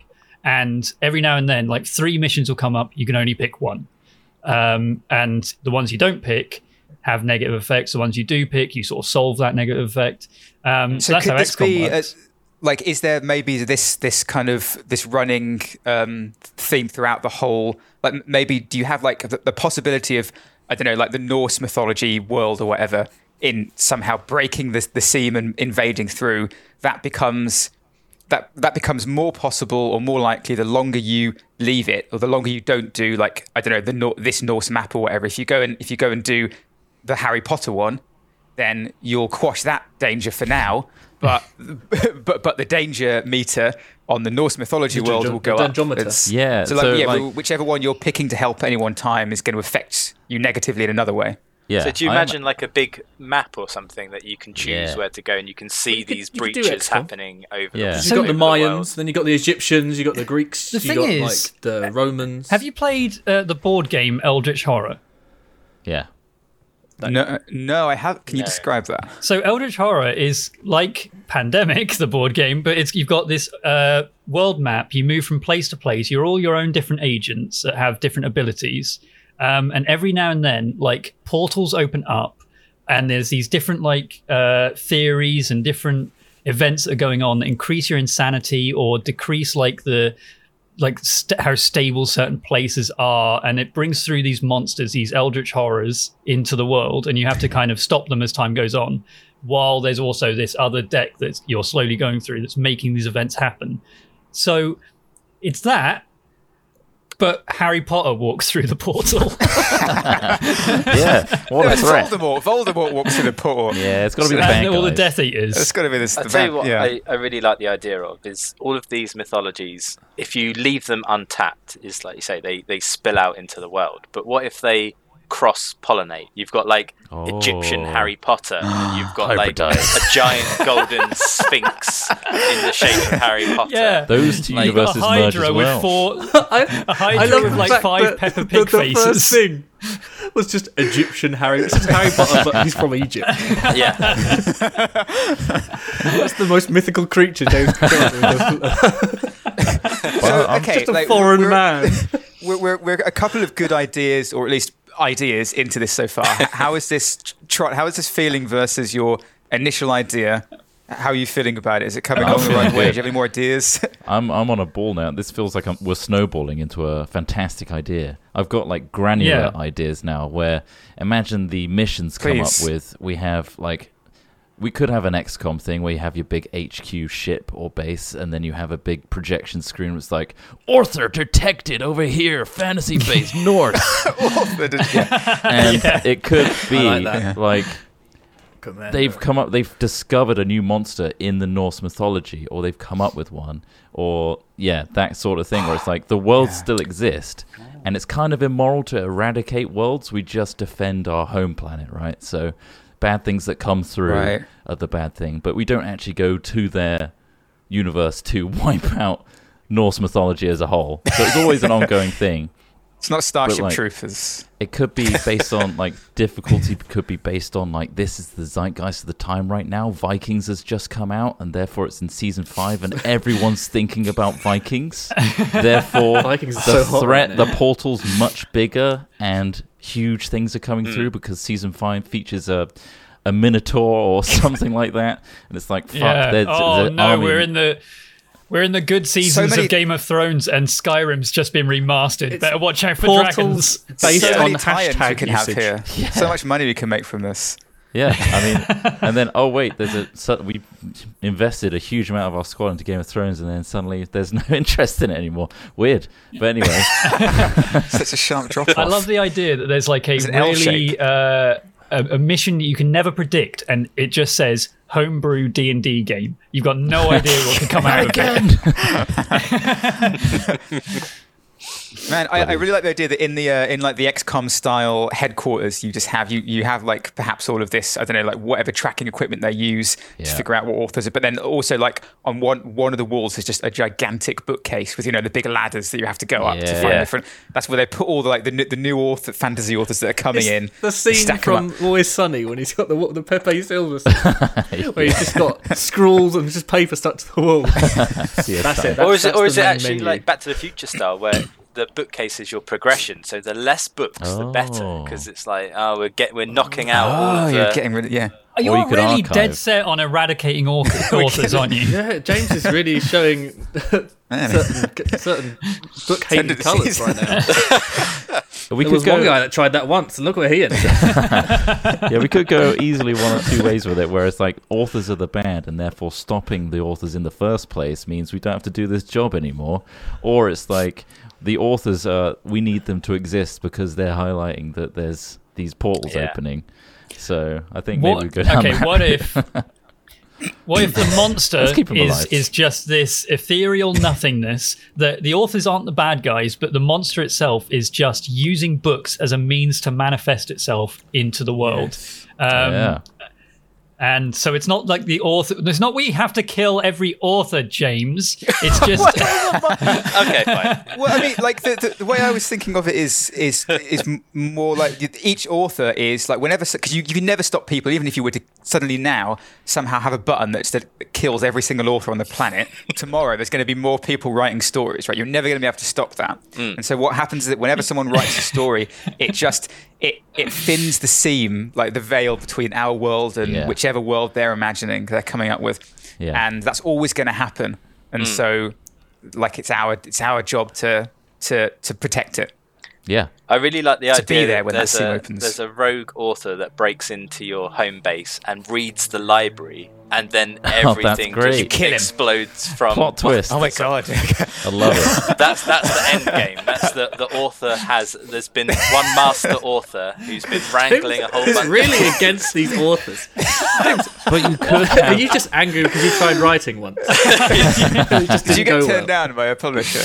[SPEAKER 2] and every now and then, like three missions will come up. You can only pick one, um, and the ones you don't pick have negative effects. The ones you do pick, you sort of solve that negative effect. Um, so
[SPEAKER 1] So
[SPEAKER 2] that's
[SPEAKER 1] could
[SPEAKER 2] how
[SPEAKER 1] this
[SPEAKER 2] XCOM
[SPEAKER 1] be, uh,
[SPEAKER 2] works.
[SPEAKER 1] like, is there maybe this this kind of, this running um, theme throughout the whole, like m- maybe do you have like the, the possibility of, I don't know, like the Norse mythology world or whatever, in somehow breaking the, the seam and invading through, that becomes that that becomes more possible or more likely the longer you leave it or the longer you don't do like I don't know the Nor- this Norse map or whatever. If you go and if you go and do the Harry Potter one, then you'll quash that danger for now. But [laughs] but but the danger meter on the Norse mythology
[SPEAKER 4] The
[SPEAKER 1] world
[SPEAKER 4] dun-
[SPEAKER 1] will go
[SPEAKER 4] the
[SPEAKER 1] up.
[SPEAKER 4] dungeometer.
[SPEAKER 1] It's-
[SPEAKER 3] Yeah,
[SPEAKER 1] So like,
[SPEAKER 3] so,
[SPEAKER 1] yeah,
[SPEAKER 3] like-
[SPEAKER 1] wh- whichever one you're picking to help at any one time is going to affect you negatively in another way.
[SPEAKER 3] [laughs] Yeah.
[SPEAKER 5] So do you
[SPEAKER 3] I
[SPEAKER 5] imagine like a big map or something that you can choose
[SPEAKER 3] Yeah.
[SPEAKER 5] where to go and you can see
[SPEAKER 4] could-
[SPEAKER 5] these
[SPEAKER 4] you could do
[SPEAKER 5] breaches
[SPEAKER 4] XCOM.
[SPEAKER 5] happening over
[SPEAKER 3] Yeah.
[SPEAKER 5] the
[SPEAKER 4] You've
[SPEAKER 2] So-
[SPEAKER 4] got the
[SPEAKER 5] over world.
[SPEAKER 4] Mayans, then you've got the Egyptians, you've got the Greeks,
[SPEAKER 2] The
[SPEAKER 4] you've got
[SPEAKER 2] thing is-
[SPEAKER 4] like the Romans.
[SPEAKER 2] Have you played uh, the board game Eldritch Horror?
[SPEAKER 3] Yeah.
[SPEAKER 1] No, no, I have. Can you describe that?
[SPEAKER 2] So Eldritch Horror is like Pandemic, [laughs] the board game, but it's you've got this uh, world map. You move from place to place. You're all your own different agents that have different abilities, um, and every now and then, like portals open up, and there's these different like uh, theories and different events that are going on that increase your insanity or decrease like the like st- how stable certain places are and it brings through these monsters these eldritch horrors into the world and you
[SPEAKER 4] [laughs]
[SPEAKER 2] have to kind of stop them as time goes on while there's also this other deck that you're slowly going through that's making these events happen so it's that but harry potter walks through the
[SPEAKER 3] [laughs]
[SPEAKER 2] portal
[SPEAKER 5] [laughs]
[SPEAKER 3] Yeah. What
[SPEAKER 1] No,
[SPEAKER 3] a
[SPEAKER 1] it's
[SPEAKER 3] threat.
[SPEAKER 1] Voldemort. Voldemort walks through the portal.
[SPEAKER 3] Yeah, it's got to be the
[SPEAKER 2] and
[SPEAKER 3] bank.
[SPEAKER 2] all the
[SPEAKER 3] guys.
[SPEAKER 2] death
[SPEAKER 1] That's
[SPEAKER 2] eaters
[SPEAKER 1] got to be this.
[SPEAKER 5] I'll
[SPEAKER 1] the
[SPEAKER 5] tell
[SPEAKER 1] van-
[SPEAKER 5] you what
[SPEAKER 1] yeah.
[SPEAKER 5] I, I really like the idea of is all of these mythologies, if you leave them untapped, is like you say, they, they spill out into the world. But what if they cross pollinate? You've got like Egyptian
[SPEAKER 3] Oh.
[SPEAKER 5] Harry Potter, and you've got like a
[SPEAKER 3] Hybridise.
[SPEAKER 5] giant golden sphinx in the shape of Harry Potter.
[SPEAKER 2] yeah
[SPEAKER 3] Those two
[SPEAKER 2] You've got
[SPEAKER 3] universes
[SPEAKER 2] a
[SPEAKER 3] merge as
[SPEAKER 2] hydra with
[SPEAKER 3] well.
[SPEAKER 2] four
[SPEAKER 4] [laughs] I,
[SPEAKER 2] a hydra with like five pepper
[SPEAKER 4] the,
[SPEAKER 2] pig
[SPEAKER 4] the
[SPEAKER 2] faces
[SPEAKER 4] first thing [laughs] was just Egyptian Harry. It's just Harry Potter, but he's from Egypt.
[SPEAKER 5] yeah.
[SPEAKER 4] [laughs] That's the most mythical creature James could [laughs] come up with.
[SPEAKER 3] Well, I'm-
[SPEAKER 1] okay,
[SPEAKER 4] Just a
[SPEAKER 1] like,
[SPEAKER 4] foreign
[SPEAKER 1] we're-
[SPEAKER 4] man.
[SPEAKER 1] We're, we're, we're a couple of good ideas, or at least ideas, into this
[SPEAKER 4] [laughs]
[SPEAKER 1] so far. H- how is this trot? How is this feeling versus your initial idea? How are you feeling about it? Is it coming
[SPEAKER 3] I'm
[SPEAKER 1] along the right
[SPEAKER 3] feeling
[SPEAKER 1] way? Do
[SPEAKER 3] good.
[SPEAKER 1] you have any more ideas? [laughs]
[SPEAKER 3] I'm I'm on a ball now. This feels like I'm, we're snowballing into a fantastic idea. I've got like granular
[SPEAKER 2] Yeah.
[SPEAKER 3] ideas now. Where imagine the missions come
[SPEAKER 1] Please.
[SPEAKER 3] up with. We have like we could have an XCOM thing where you have your big HQ ship or base, and then you have a big projection screen. It's like Arthur detected over here, fantasy base North,
[SPEAKER 1] yeah.
[SPEAKER 3] and it could be
[SPEAKER 4] like that.
[SPEAKER 3] like they've come up they've discovered a new monster in the Norse mythology or they've come up with one or yeah that sort of thing where it's like the world still exist and it's kind of immoral to eradicate worlds we just defend our home planet right so bad things that come through
[SPEAKER 1] Right.
[SPEAKER 3] are the bad thing but we don't actually go to their universe to [laughs] wipe out Norse mythology as a whole so it's always an ongoing thing
[SPEAKER 1] It's not Starship
[SPEAKER 3] But, like-
[SPEAKER 1] Troopers.
[SPEAKER 3] it could be based on
[SPEAKER 4] [laughs]
[SPEAKER 3] like difficulty. Could be based on like this is the zeitgeist of the time right now. Vikings has just come out, and therefore it's in season five, and everyone's thinking about Vikings. Therefore,
[SPEAKER 4] Vikings is
[SPEAKER 3] the
[SPEAKER 4] so hot
[SPEAKER 3] threat,
[SPEAKER 4] right
[SPEAKER 3] the
[SPEAKER 4] now.
[SPEAKER 3] portal's much bigger, and huge things are
[SPEAKER 4] Hmm.
[SPEAKER 3] coming through because season five features a a minotaur or [laughs] something like that, and it's like fuck.
[SPEAKER 2] Yeah.
[SPEAKER 3] There's,
[SPEAKER 2] Oh
[SPEAKER 3] there's
[SPEAKER 2] no,
[SPEAKER 3] army-
[SPEAKER 2] we're in the we're in the good seasons
[SPEAKER 1] many-
[SPEAKER 2] of Game of Thrones, and Skyrim's just been remastered. Better watch out for
[SPEAKER 4] portals.
[SPEAKER 2] dragons.
[SPEAKER 4] Based
[SPEAKER 1] so
[SPEAKER 4] on
[SPEAKER 1] many tie-ins we
[SPEAKER 4] hashtag
[SPEAKER 1] can
[SPEAKER 4] usage.
[SPEAKER 1] have here. So much money we can make from this.
[SPEAKER 3] Yeah, [laughs] I mean, and then oh wait, there's a so we invested a huge amount of our squad into Game of Thrones, and then suddenly there's no [laughs] interest in it anymore. Weird, but anyway,
[SPEAKER 1] Such a
[SPEAKER 4] [laughs]
[SPEAKER 1] sharp drop off.
[SPEAKER 2] I love the idea that there's like a
[SPEAKER 1] an L
[SPEAKER 2] really
[SPEAKER 1] shape.
[SPEAKER 2] uh, a, a mission that you can never predict, and it just says homebrew D and D game. You've got
[SPEAKER 3] [laughs]
[SPEAKER 2] no idea what can come out of it.
[SPEAKER 1] Man, I, I really like the idea that in the uh, in like the XCOM style headquarters, you just have you you have like perhaps all of this I don't know like whatever tracking equipment they use to
[SPEAKER 3] Yeah.
[SPEAKER 1] figure out what authors are. But then also like on one one of the walls is just a gigantic bookcase with you know the big ladders that you have to go up to find
[SPEAKER 3] Yeah.
[SPEAKER 1] different. That's where they put all the like the, new- the new author fantasy authors that are coming in.
[SPEAKER 4] The scene
[SPEAKER 1] stack 'em up.
[SPEAKER 4] from Always Sunny when he's got the the Pepe [laughs] Silver, scene, where he's just got scrawls and just paper stuck to the wall.
[SPEAKER 3] See,
[SPEAKER 4] [laughs] That's it.
[SPEAKER 5] or is it,
[SPEAKER 4] That's
[SPEAKER 5] or
[SPEAKER 4] the
[SPEAKER 5] is it
[SPEAKER 4] main
[SPEAKER 5] actually
[SPEAKER 4] menu.
[SPEAKER 5] like Back to the Future style, where the bookcase is your progression? So the less books, the better,
[SPEAKER 3] Oh.
[SPEAKER 5] because it's like, oh, we're get we're knocking out all
[SPEAKER 1] Oh,
[SPEAKER 5] of
[SPEAKER 1] you're
[SPEAKER 5] the
[SPEAKER 1] getting rid of yeah.
[SPEAKER 3] Or
[SPEAKER 2] You're
[SPEAKER 3] you could
[SPEAKER 2] really
[SPEAKER 3] archive.
[SPEAKER 2] dead set on eradicating
[SPEAKER 3] [laughs]
[SPEAKER 2] authors, authors aren't you?
[SPEAKER 4] Yeah, James is really showing
[SPEAKER 1] Man.
[SPEAKER 4] certain, certain book hating
[SPEAKER 1] Tendencies.
[SPEAKER 4] colours right now.
[SPEAKER 3] We
[SPEAKER 4] There
[SPEAKER 3] could
[SPEAKER 4] was
[SPEAKER 3] go.
[SPEAKER 4] one guy that tried that once, and look what he ended up.
[SPEAKER 3] yeah, we could go easily one or two ways with it, where it's like authors are the bad, and therefore stopping the authors in the first place means we don't have to do this job anymore. Or it's like the authors are we need them to exist because they're highlighting that there's these portals
[SPEAKER 5] Yeah.
[SPEAKER 3] opening. So I think maybe we
[SPEAKER 2] What,
[SPEAKER 3] go down
[SPEAKER 2] okay,
[SPEAKER 3] that
[SPEAKER 2] what if what
[SPEAKER 3] [laughs]
[SPEAKER 2] if the monster
[SPEAKER 3] Let's keep 'em
[SPEAKER 2] is
[SPEAKER 3] alive.
[SPEAKER 2] is just this ethereal nothingness that the authors aren't the bad guys, but the monster itself is just using books as a means to manifest itself into the world. Um,
[SPEAKER 3] [laughs] yeah.
[SPEAKER 2] And so it's not like the author. It's not we have to kill every author, James.
[SPEAKER 3] [laughs]
[SPEAKER 2] It's just
[SPEAKER 5] [laughs] Okay, fine.
[SPEAKER 1] well, I mean, like the, the, the way I was thinking of it is is is m- more like each author is like whenever because you you never stop people even if you were to suddenly now somehow have a button that's, that kills every single author on the planet tomorrow there's going to be more people writing stories right you're never going to be able to stop that
[SPEAKER 5] Mm.
[SPEAKER 1] and so what happens is that whenever someone writes a story it just it it thins the seam like the veil between our world and
[SPEAKER 3] Yeah.
[SPEAKER 1] whichever world they're imagining they're coming up with
[SPEAKER 3] Yeah.
[SPEAKER 1] and that's always going to happen and so like it's our it's our job to to to protect it
[SPEAKER 3] yeah.
[SPEAKER 5] I really like the
[SPEAKER 1] To
[SPEAKER 5] idea
[SPEAKER 1] be there when that
[SPEAKER 5] there's,
[SPEAKER 1] scene
[SPEAKER 5] a,
[SPEAKER 1] opens.
[SPEAKER 5] there's a rogue author that breaks into your home base and reads the library, and
[SPEAKER 1] [laughs]
[SPEAKER 5] then
[SPEAKER 3] that's
[SPEAKER 5] everything
[SPEAKER 3] great. You
[SPEAKER 5] just
[SPEAKER 1] Oh, kill him.
[SPEAKER 5] explodes from.
[SPEAKER 3] Plot twist.
[SPEAKER 1] my god
[SPEAKER 3] I
[SPEAKER 2] [laughs]
[SPEAKER 3] love
[SPEAKER 5] [laughs]
[SPEAKER 3] it.
[SPEAKER 5] That's that's the end game. That's the the author has. There's been one
[SPEAKER 1] [laughs]
[SPEAKER 5] master author who's been wrangling a whole
[SPEAKER 4] He's
[SPEAKER 5] bunch. [laughs]
[SPEAKER 4] really against these authors.
[SPEAKER 3] But you could
[SPEAKER 4] Are
[SPEAKER 3] have
[SPEAKER 4] you just angry because you tried writing
[SPEAKER 1] [laughs]
[SPEAKER 4] once? It
[SPEAKER 1] [laughs]
[SPEAKER 4] just
[SPEAKER 1] did you
[SPEAKER 4] didn't
[SPEAKER 1] get
[SPEAKER 4] go
[SPEAKER 1] turned
[SPEAKER 4] well.
[SPEAKER 1] down by a
[SPEAKER 2] [laughs]
[SPEAKER 1] publisher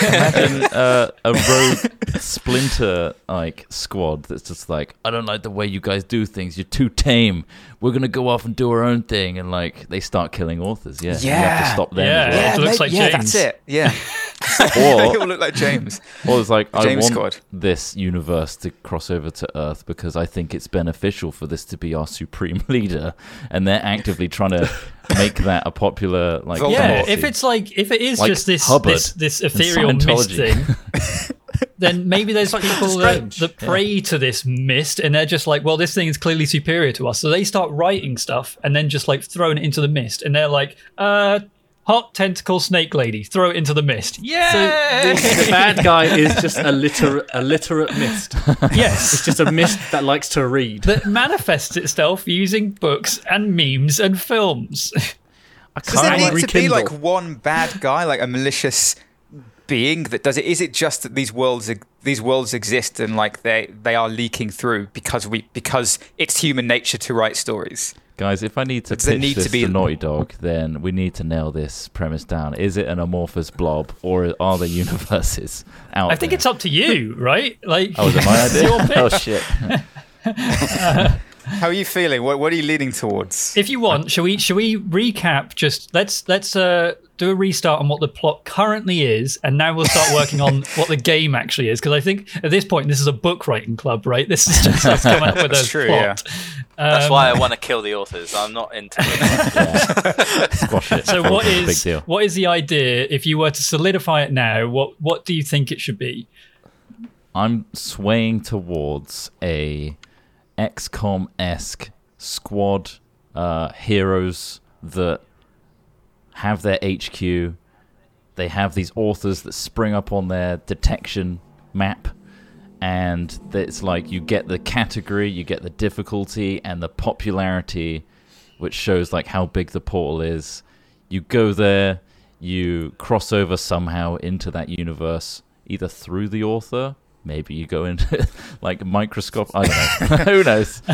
[SPEAKER 3] imagine uh, a rogue splinter like squad that's just like i don't like the way you guys do things you're too tame we're gonna go off and do our own thing and like they start killing authors yeah, you have
[SPEAKER 1] Yeah.
[SPEAKER 3] to stop them
[SPEAKER 2] Yeah.
[SPEAKER 3] as
[SPEAKER 2] Uh, it looks
[SPEAKER 1] mate,
[SPEAKER 2] like
[SPEAKER 1] yeah
[SPEAKER 2] James.
[SPEAKER 1] that's it
[SPEAKER 2] [laughs]
[SPEAKER 1] yeah [laughs]
[SPEAKER 3] well.
[SPEAKER 1] they all look like james
[SPEAKER 3] or, or it's like i
[SPEAKER 1] James
[SPEAKER 3] want
[SPEAKER 1] squad.
[SPEAKER 3] this universe to cross over to earth because i think it's beneficial for this to be our supreme [laughs] leader and they're actively trying
[SPEAKER 2] [laughs]
[SPEAKER 3] to make that a popular like
[SPEAKER 2] yeah
[SPEAKER 1] Voldemort.
[SPEAKER 3] policy.
[SPEAKER 2] if it's like if it is
[SPEAKER 3] Like
[SPEAKER 2] just this
[SPEAKER 3] Hubbard
[SPEAKER 2] this this
[SPEAKER 3] in
[SPEAKER 2] ethereal mist
[SPEAKER 3] Scientology.
[SPEAKER 2] thing
[SPEAKER 3] [laughs]
[SPEAKER 2] then maybe there's
[SPEAKER 4] like
[SPEAKER 2] people
[SPEAKER 4] Doctor
[SPEAKER 2] that,
[SPEAKER 4] Strange.
[SPEAKER 2] that prey to this mist and they're just like well this thing is clearly superior to us so they start writing stuff and then just like thrown into the mist and they're like uh hot tentacle snake lady throw it into the mist
[SPEAKER 4] So
[SPEAKER 2] yeah
[SPEAKER 3] [laughs]
[SPEAKER 4] this bad guy is just a literate, a literate mist.
[SPEAKER 2] yes
[SPEAKER 4] Just a mist that likes to read.
[SPEAKER 2] that manifests itself using books and memes and films
[SPEAKER 3] I
[SPEAKER 1] does there
[SPEAKER 4] Can't
[SPEAKER 1] need to be
[SPEAKER 4] rekindle.
[SPEAKER 1] like one bad guy like a malicious being that does it is it just that these worlds e- these worlds exist and like they they are leaking through because we because it's human nature to write stories
[SPEAKER 3] Guys, if I need to
[SPEAKER 1] Does it
[SPEAKER 3] pitch
[SPEAKER 1] need to
[SPEAKER 3] this to,
[SPEAKER 1] be-
[SPEAKER 3] Naughty Dog, then we need to nail this premise down. Is it an amorphous blob, or are there universes out
[SPEAKER 2] i think
[SPEAKER 3] there?
[SPEAKER 2] it's up to you right like
[SPEAKER 3] Oh, is it
[SPEAKER 2] [laughs]
[SPEAKER 3] my
[SPEAKER 2] it's
[SPEAKER 3] idea?
[SPEAKER 2] your pick.
[SPEAKER 3] [laughs] Oh shit!
[SPEAKER 1] how are you feeling what, what are you leaning towards
[SPEAKER 2] if you want, shall we shall we recap? Just let's let's uh, do a restart on what the plot currently is, and now we'll start
[SPEAKER 1] [laughs]
[SPEAKER 2] working on what the game actually is. Because I think at this point, this is a book writing club, right? This is just us
[SPEAKER 1] [laughs]
[SPEAKER 2] coming up with a
[SPEAKER 1] That's true,
[SPEAKER 2] plot.
[SPEAKER 5] That's why
[SPEAKER 1] Um,
[SPEAKER 5] I want to kill the authors. I'm not into.
[SPEAKER 1] [laughs]
[SPEAKER 5] It.
[SPEAKER 3] Squash it.
[SPEAKER 2] So what
[SPEAKER 3] Big
[SPEAKER 2] is
[SPEAKER 3] deal.
[SPEAKER 2] what is the idea? If you were to solidify it now, what what do you think it should be?
[SPEAKER 3] I'm swaying towards a XCOM esque squad uh, heroes that have their HQ. They have these authors that spring up on their detection map, and it's like you get the category, you get the difficulty, and the popularity, which shows like how big the portal is. You go there, you cross over somehow into that universe, either through the author. Maybe you go into [laughs] like microscope. I don't know. [laughs] Who knows? [laughs]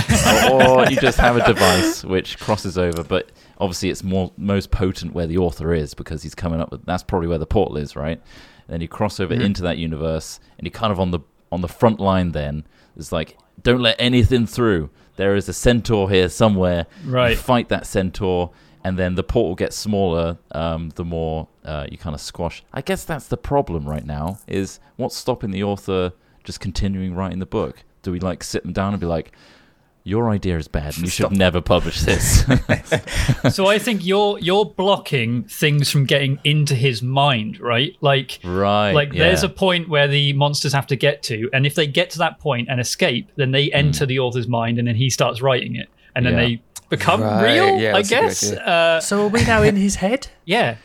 [SPEAKER 3] Or, or you just have a device which crosses over, but obviously it's more most potent where the author is because he's coming up with. That's probably where the portal is, right? then you cross over into that universe, and you're kind of on the on the front line. Then it's like, don't let anything through. There is a centaur here somewhere. You
[SPEAKER 2] Right.
[SPEAKER 3] fight that centaur, and then the portal gets smaller. Um, the more uh, you kind of squash. I guess that's the problem right now. Is what's stopping the author just continuing writing the book? Do we like sit them down and be like? Your idea is bad, and you should never publish this.
[SPEAKER 2] so I think you're you're blocking things from getting into his mind, right? Like
[SPEAKER 3] Right,
[SPEAKER 2] Like there's
[SPEAKER 3] yeah.
[SPEAKER 2] a point where the monsters have to get to, and if they get to that point and escape, then they enter the author's mind, and then he starts writing it, and then
[SPEAKER 3] Hmm. Yeah.
[SPEAKER 2] they become
[SPEAKER 1] Right,
[SPEAKER 2] real,
[SPEAKER 1] yeah,
[SPEAKER 2] I
[SPEAKER 1] that's a good
[SPEAKER 2] guess.
[SPEAKER 1] idea.
[SPEAKER 2] Uh,
[SPEAKER 4] So are we now in his head?
[SPEAKER 2] yeah.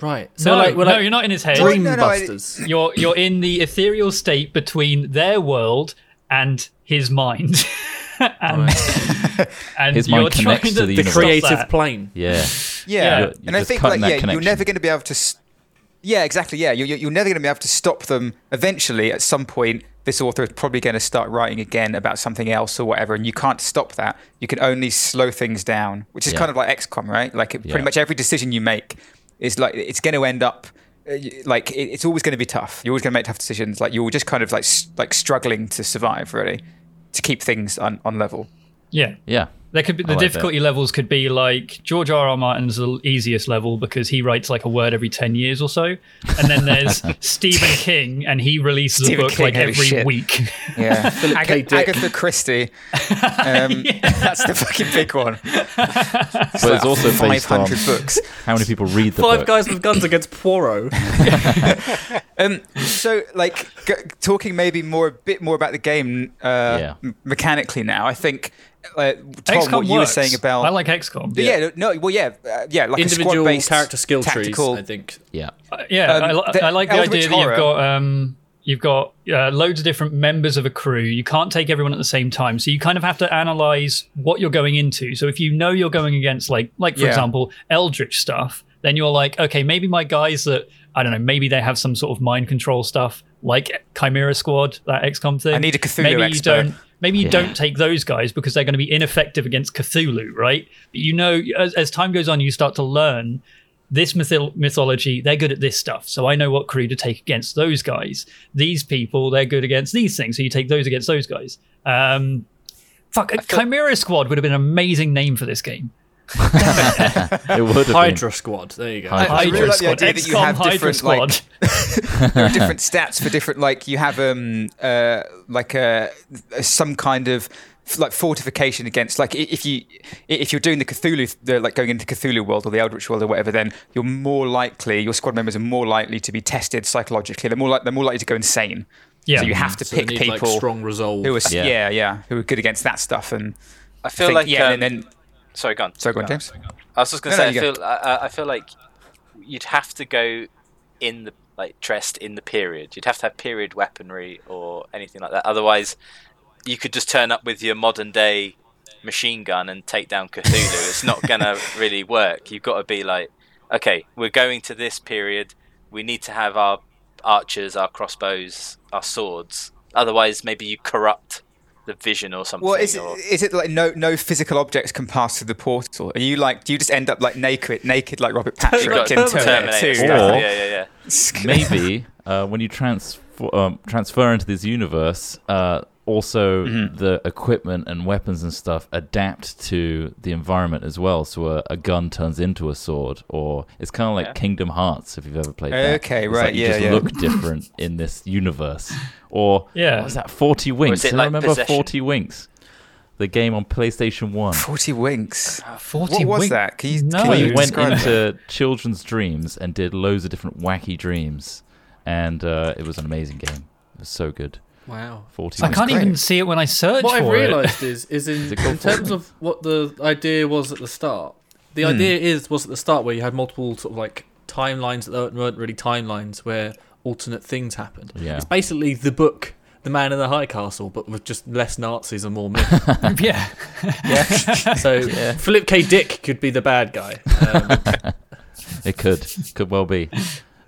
[SPEAKER 4] Right. So
[SPEAKER 2] No,
[SPEAKER 4] we're like, we're
[SPEAKER 2] no,
[SPEAKER 4] like
[SPEAKER 2] you're not in his head.
[SPEAKER 4] dream
[SPEAKER 1] No, no, I-
[SPEAKER 4] busters.
[SPEAKER 2] You're you're in the ethereal state between their world and his mind. [laughs] and and
[SPEAKER 3] His
[SPEAKER 2] you're
[SPEAKER 3] mind
[SPEAKER 2] trying
[SPEAKER 3] connects
[SPEAKER 2] to,
[SPEAKER 3] to the
[SPEAKER 2] to stop
[SPEAKER 3] universe.
[SPEAKER 4] Creative
[SPEAKER 2] that.
[SPEAKER 4] plane.
[SPEAKER 3] Yeah.
[SPEAKER 1] Yeah,
[SPEAKER 2] You're-
[SPEAKER 1] and
[SPEAKER 3] you're
[SPEAKER 1] I
[SPEAKER 3] just
[SPEAKER 1] think like
[SPEAKER 3] cutting
[SPEAKER 1] yeah,
[SPEAKER 3] that
[SPEAKER 1] you're
[SPEAKER 3] connection.
[SPEAKER 1] never going to be able to. s yeah, exactly. Yeah, you're, you're never going to be able to stop them. Eventually, at some point, this author is probably going to start writing again about something else or whatever, and you can't stop that. You can only slow things down, which is
[SPEAKER 3] Yeah.
[SPEAKER 1] kind of like XCOM, right? Like it,
[SPEAKER 3] Yeah.
[SPEAKER 1] pretty much every decision you make is like it's going to end up. uh, y- Like it, it's always going to be tough. You're always going to make tough decisions. Like you're just kind of like s- like struggling to survive, really, to keep things on, on level.
[SPEAKER 2] Yeah.
[SPEAKER 3] Yeah.
[SPEAKER 2] There could be the
[SPEAKER 3] like that.
[SPEAKER 2] difficulty levels could be like George R. R. Martin's the easiest level because he writes like a word every ten years or so, and
[SPEAKER 1] [laughs]
[SPEAKER 2] then there's Stephen King and he releases
[SPEAKER 1] Stephen
[SPEAKER 2] a book
[SPEAKER 1] King,
[SPEAKER 2] like
[SPEAKER 1] holy
[SPEAKER 2] every
[SPEAKER 1] shit.
[SPEAKER 2] week.
[SPEAKER 4] [laughs]
[SPEAKER 1] Yeah,
[SPEAKER 4] K.
[SPEAKER 1] Aga-
[SPEAKER 4] Dick.
[SPEAKER 1] Agatha Christie.
[SPEAKER 4] [laughs]
[SPEAKER 1] Um, [laughs] That's the fucking big one.
[SPEAKER 3] But it's also
[SPEAKER 1] five
[SPEAKER 3] based on
[SPEAKER 1] hundred books.
[SPEAKER 3] how many people read the
[SPEAKER 4] Five
[SPEAKER 3] book.
[SPEAKER 4] guys with guns against Poirot.
[SPEAKER 1] Um, so, like, g- talking maybe more a bit more about the game uh,
[SPEAKER 3] Yeah.
[SPEAKER 1] m- mechanically now. I think uh, Tom,
[SPEAKER 2] XCOM
[SPEAKER 1] what you were
[SPEAKER 2] works.
[SPEAKER 1] saying about
[SPEAKER 2] I like XCOM.
[SPEAKER 1] yeah. no, well, yeah, uh, yeah, like a
[SPEAKER 4] Individual
[SPEAKER 1] squad-based
[SPEAKER 4] character skill
[SPEAKER 1] tactical,
[SPEAKER 4] trees, I think.
[SPEAKER 3] Yeah.
[SPEAKER 2] Yeah,
[SPEAKER 1] Um,
[SPEAKER 2] I, li-
[SPEAKER 1] the
[SPEAKER 2] I like the
[SPEAKER 1] Eldritch
[SPEAKER 2] idea that
[SPEAKER 1] Horror-
[SPEAKER 2] you've got um, you've got uh, loads of different members of a crew. You can't take everyone at the same time, so you kind of have to analyze what you're going into. So if you know you're going against like like for
[SPEAKER 1] Yeah.
[SPEAKER 2] example Eldritch stuff, then you're like, okay, maybe my guys that I don't know, maybe they have some sort of mind control stuff like Chimera Squad, that XCOM thing.
[SPEAKER 1] I need a Cthulhu
[SPEAKER 2] Maybe you
[SPEAKER 1] expert.
[SPEAKER 2] don't. Maybe you
[SPEAKER 3] Yeah.
[SPEAKER 2] don't take those guys because they're going to be ineffective against Cthulhu, right? But you know, as, as time goes on, you start to learn this mythil- mythology, they're good at this stuff. So I know what crew to take against those guys. These people, they're good against these things. So you take those against those guys. Um, fuck, Chimera Squad would have been an amazing name for this game.
[SPEAKER 3] It would have been.
[SPEAKER 4] Hydra Squad. There you go.
[SPEAKER 3] Hydra.
[SPEAKER 1] I
[SPEAKER 2] Hydra
[SPEAKER 1] really like the
[SPEAKER 2] Squad,
[SPEAKER 1] idea that you
[SPEAKER 2] XCOM
[SPEAKER 1] have
[SPEAKER 2] Hydra
[SPEAKER 1] different, like,
[SPEAKER 2] Squad.
[SPEAKER 1] [laughs] there are different stats for different like you have um uh like uh some kind of like fortification against like i- if you i- if you're doing the Cthulhu the, like going into Cthulhu world or the Eldritch world or whatever then you're more likely your squad members are more likely to be tested psychologically they're more like they're more likely to go insane
[SPEAKER 2] Yeah.
[SPEAKER 1] so you have to
[SPEAKER 4] So they
[SPEAKER 1] pick
[SPEAKER 4] need
[SPEAKER 1] people
[SPEAKER 4] like strong resolve.
[SPEAKER 1] who are yeah.
[SPEAKER 3] Yeah.
[SPEAKER 1] yeah who are good against that stuff and
[SPEAKER 5] I feel
[SPEAKER 1] think-
[SPEAKER 5] like
[SPEAKER 1] yeah
[SPEAKER 5] um,
[SPEAKER 1] and then
[SPEAKER 5] sorry, go on.
[SPEAKER 1] sorry go on James
[SPEAKER 5] I was just gonna
[SPEAKER 1] No, no,
[SPEAKER 5] say,
[SPEAKER 1] you
[SPEAKER 5] I
[SPEAKER 1] go.
[SPEAKER 5] feel I, I- I feel like you'd have to go in the like dressed in the period. You'd have to have period weaponry or anything like that. Otherwise, you could just turn up with your modern day machine gun and take down Cthulhu. it's
[SPEAKER 1] [laughs]
[SPEAKER 5] not gonna really work. You've got to be like, okay, we're going to this period. We need to have our archers, our crossbows, our swords. Otherwise, maybe you corrupt the vision or something.
[SPEAKER 1] Well, is it,
[SPEAKER 5] or-
[SPEAKER 1] is it like no no physical objects can pass through the portal? Are you like do you just end up like naked naked like Robert Patrick
[SPEAKER 5] You've got
[SPEAKER 1] in
[SPEAKER 5] Terminator
[SPEAKER 1] Terminator
[SPEAKER 5] stuff.
[SPEAKER 1] 2?
[SPEAKER 3] Or-
[SPEAKER 5] Yeah, yeah, yeah.
[SPEAKER 1] [laughs]
[SPEAKER 3] maybe uh, when you transfer um, transfer into this universe, uh, also
[SPEAKER 1] Mm-hmm.
[SPEAKER 3] the equipment and weapons and stuff adapt to the environment as well. So a, a gun turns into a sword, or it's kind of like
[SPEAKER 5] Yeah.
[SPEAKER 3] Kingdom Hearts if you've ever played. that.
[SPEAKER 1] Okay,
[SPEAKER 3] It's
[SPEAKER 1] right,
[SPEAKER 3] like you
[SPEAKER 1] yeah,
[SPEAKER 3] just
[SPEAKER 1] yeah.
[SPEAKER 3] look different
[SPEAKER 1] [laughs]
[SPEAKER 3] in this universe. Or
[SPEAKER 2] Yeah.
[SPEAKER 3] what was that Forty Winks?
[SPEAKER 5] it
[SPEAKER 3] Do you
[SPEAKER 5] like
[SPEAKER 3] remember
[SPEAKER 5] Possession?
[SPEAKER 3] Forty Winks? The game on PlayStation One.
[SPEAKER 1] Forty winks.
[SPEAKER 5] Oh,
[SPEAKER 2] 40
[SPEAKER 1] What was
[SPEAKER 2] wing-
[SPEAKER 1] that? Can you-
[SPEAKER 2] no.
[SPEAKER 1] can
[SPEAKER 3] Where
[SPEAKER 1] you
[SPEAKER 3] Oh, you went
[SPEAKER 1] describe
[SPEAKER 3] into children's dreams and did loads of different wacky dreams, and uh, it was an amazing game. It was so good.
[SPEAKER 4] Wow.
[SPEAKER 3] Forty.
[SPEAKER 2] I can't
[SPEAKER 1] great.
[SPEAKER 2] even see it when I search
[SPEAKER 4] What
[SPEAKER 2] for
[SPEAKER 4] I've
[SPEAKER 2] it.
[SPEAKER 4] realised is, is in,
[SPEAKER 3] it
[SPEAKER 4] in
[SPEAKER 3] called
[SPEAKER 4] terms of what the idea was at the start. The idea is was at the start where you had multiple sort of like timelines that weren't really timelines where alternate things happened.
[SPEAKER 3] [laughs] Yeah.
[SPEAKER 4] It's basically the book, The Man in the High Castle, but with just less Nazis and more
[SPEAKER 2] [laughs]
[SPEAKER 4] myth.
[SPEAKER 2] yeah.
[SPEAKER 4] so Philip K. Dick could be the bad guy. Um,
[SPEAKER 3] It could could well be.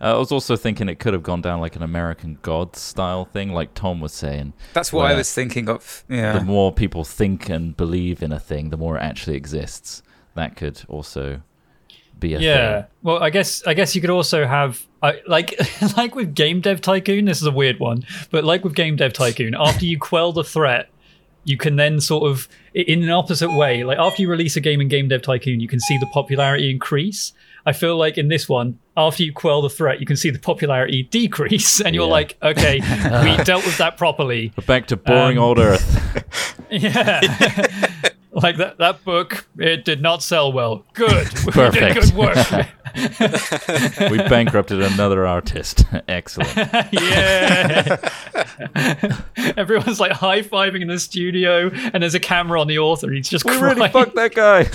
[SPEAKER 3] Uh, I was also thinking it could have gone down like an American God style thing, like Tom was saying.
[SPEAKER 1] That's what I
[SPEAKER 3] where
[SPEAKER 1] was thinking of.
[SPEAKER 3] The
[SPEAKER 1] Yeah.
[SPEAKER 3] more people think and believe in a thing, the more it actually exists. That could also be a
[SPEAKER 2] yeah
[SPEAKER 3] thing.
[SPEAKER 2] well i guess i guess you could also have I, like [laughs] like with game dev tycoon this is a weird one but like with game dev tycoon after you quell the threat you can then sort of i- in an opposite way like after you release a game in game dev tycoon you can see the popularity increase i feel like in this one after you quell the threat you can see the popularity decrease and you're
[SPEAKER 3] Yeah.
[SPEAKER 2] like okay
[SPEAKER 3] [laughs]
[SPEAKER 2] we dealt with that properly
[SPEAKER 3] But back to boring
[SPEAKER 2] Um,
[SPEAKER 3] [laughs] old Earth.
[SPEAKER 2] yeah Like that, that book, it did not sell well. Good. [laughs] We did
[SPEAKER 3] Perfect.
[SPEAKER 2] good work.
[SPEAKER 3] We bankrupted another artist. [laughs] Excellent.
[SPEAKER 2] yeah. [laughs] Everyone's like high fiving in the studio, and there's a camera on the author. He's just
[SPEAKER 3] We
[SPEAKER 2] crying.
[SPEAKER 3] really fucked that guy.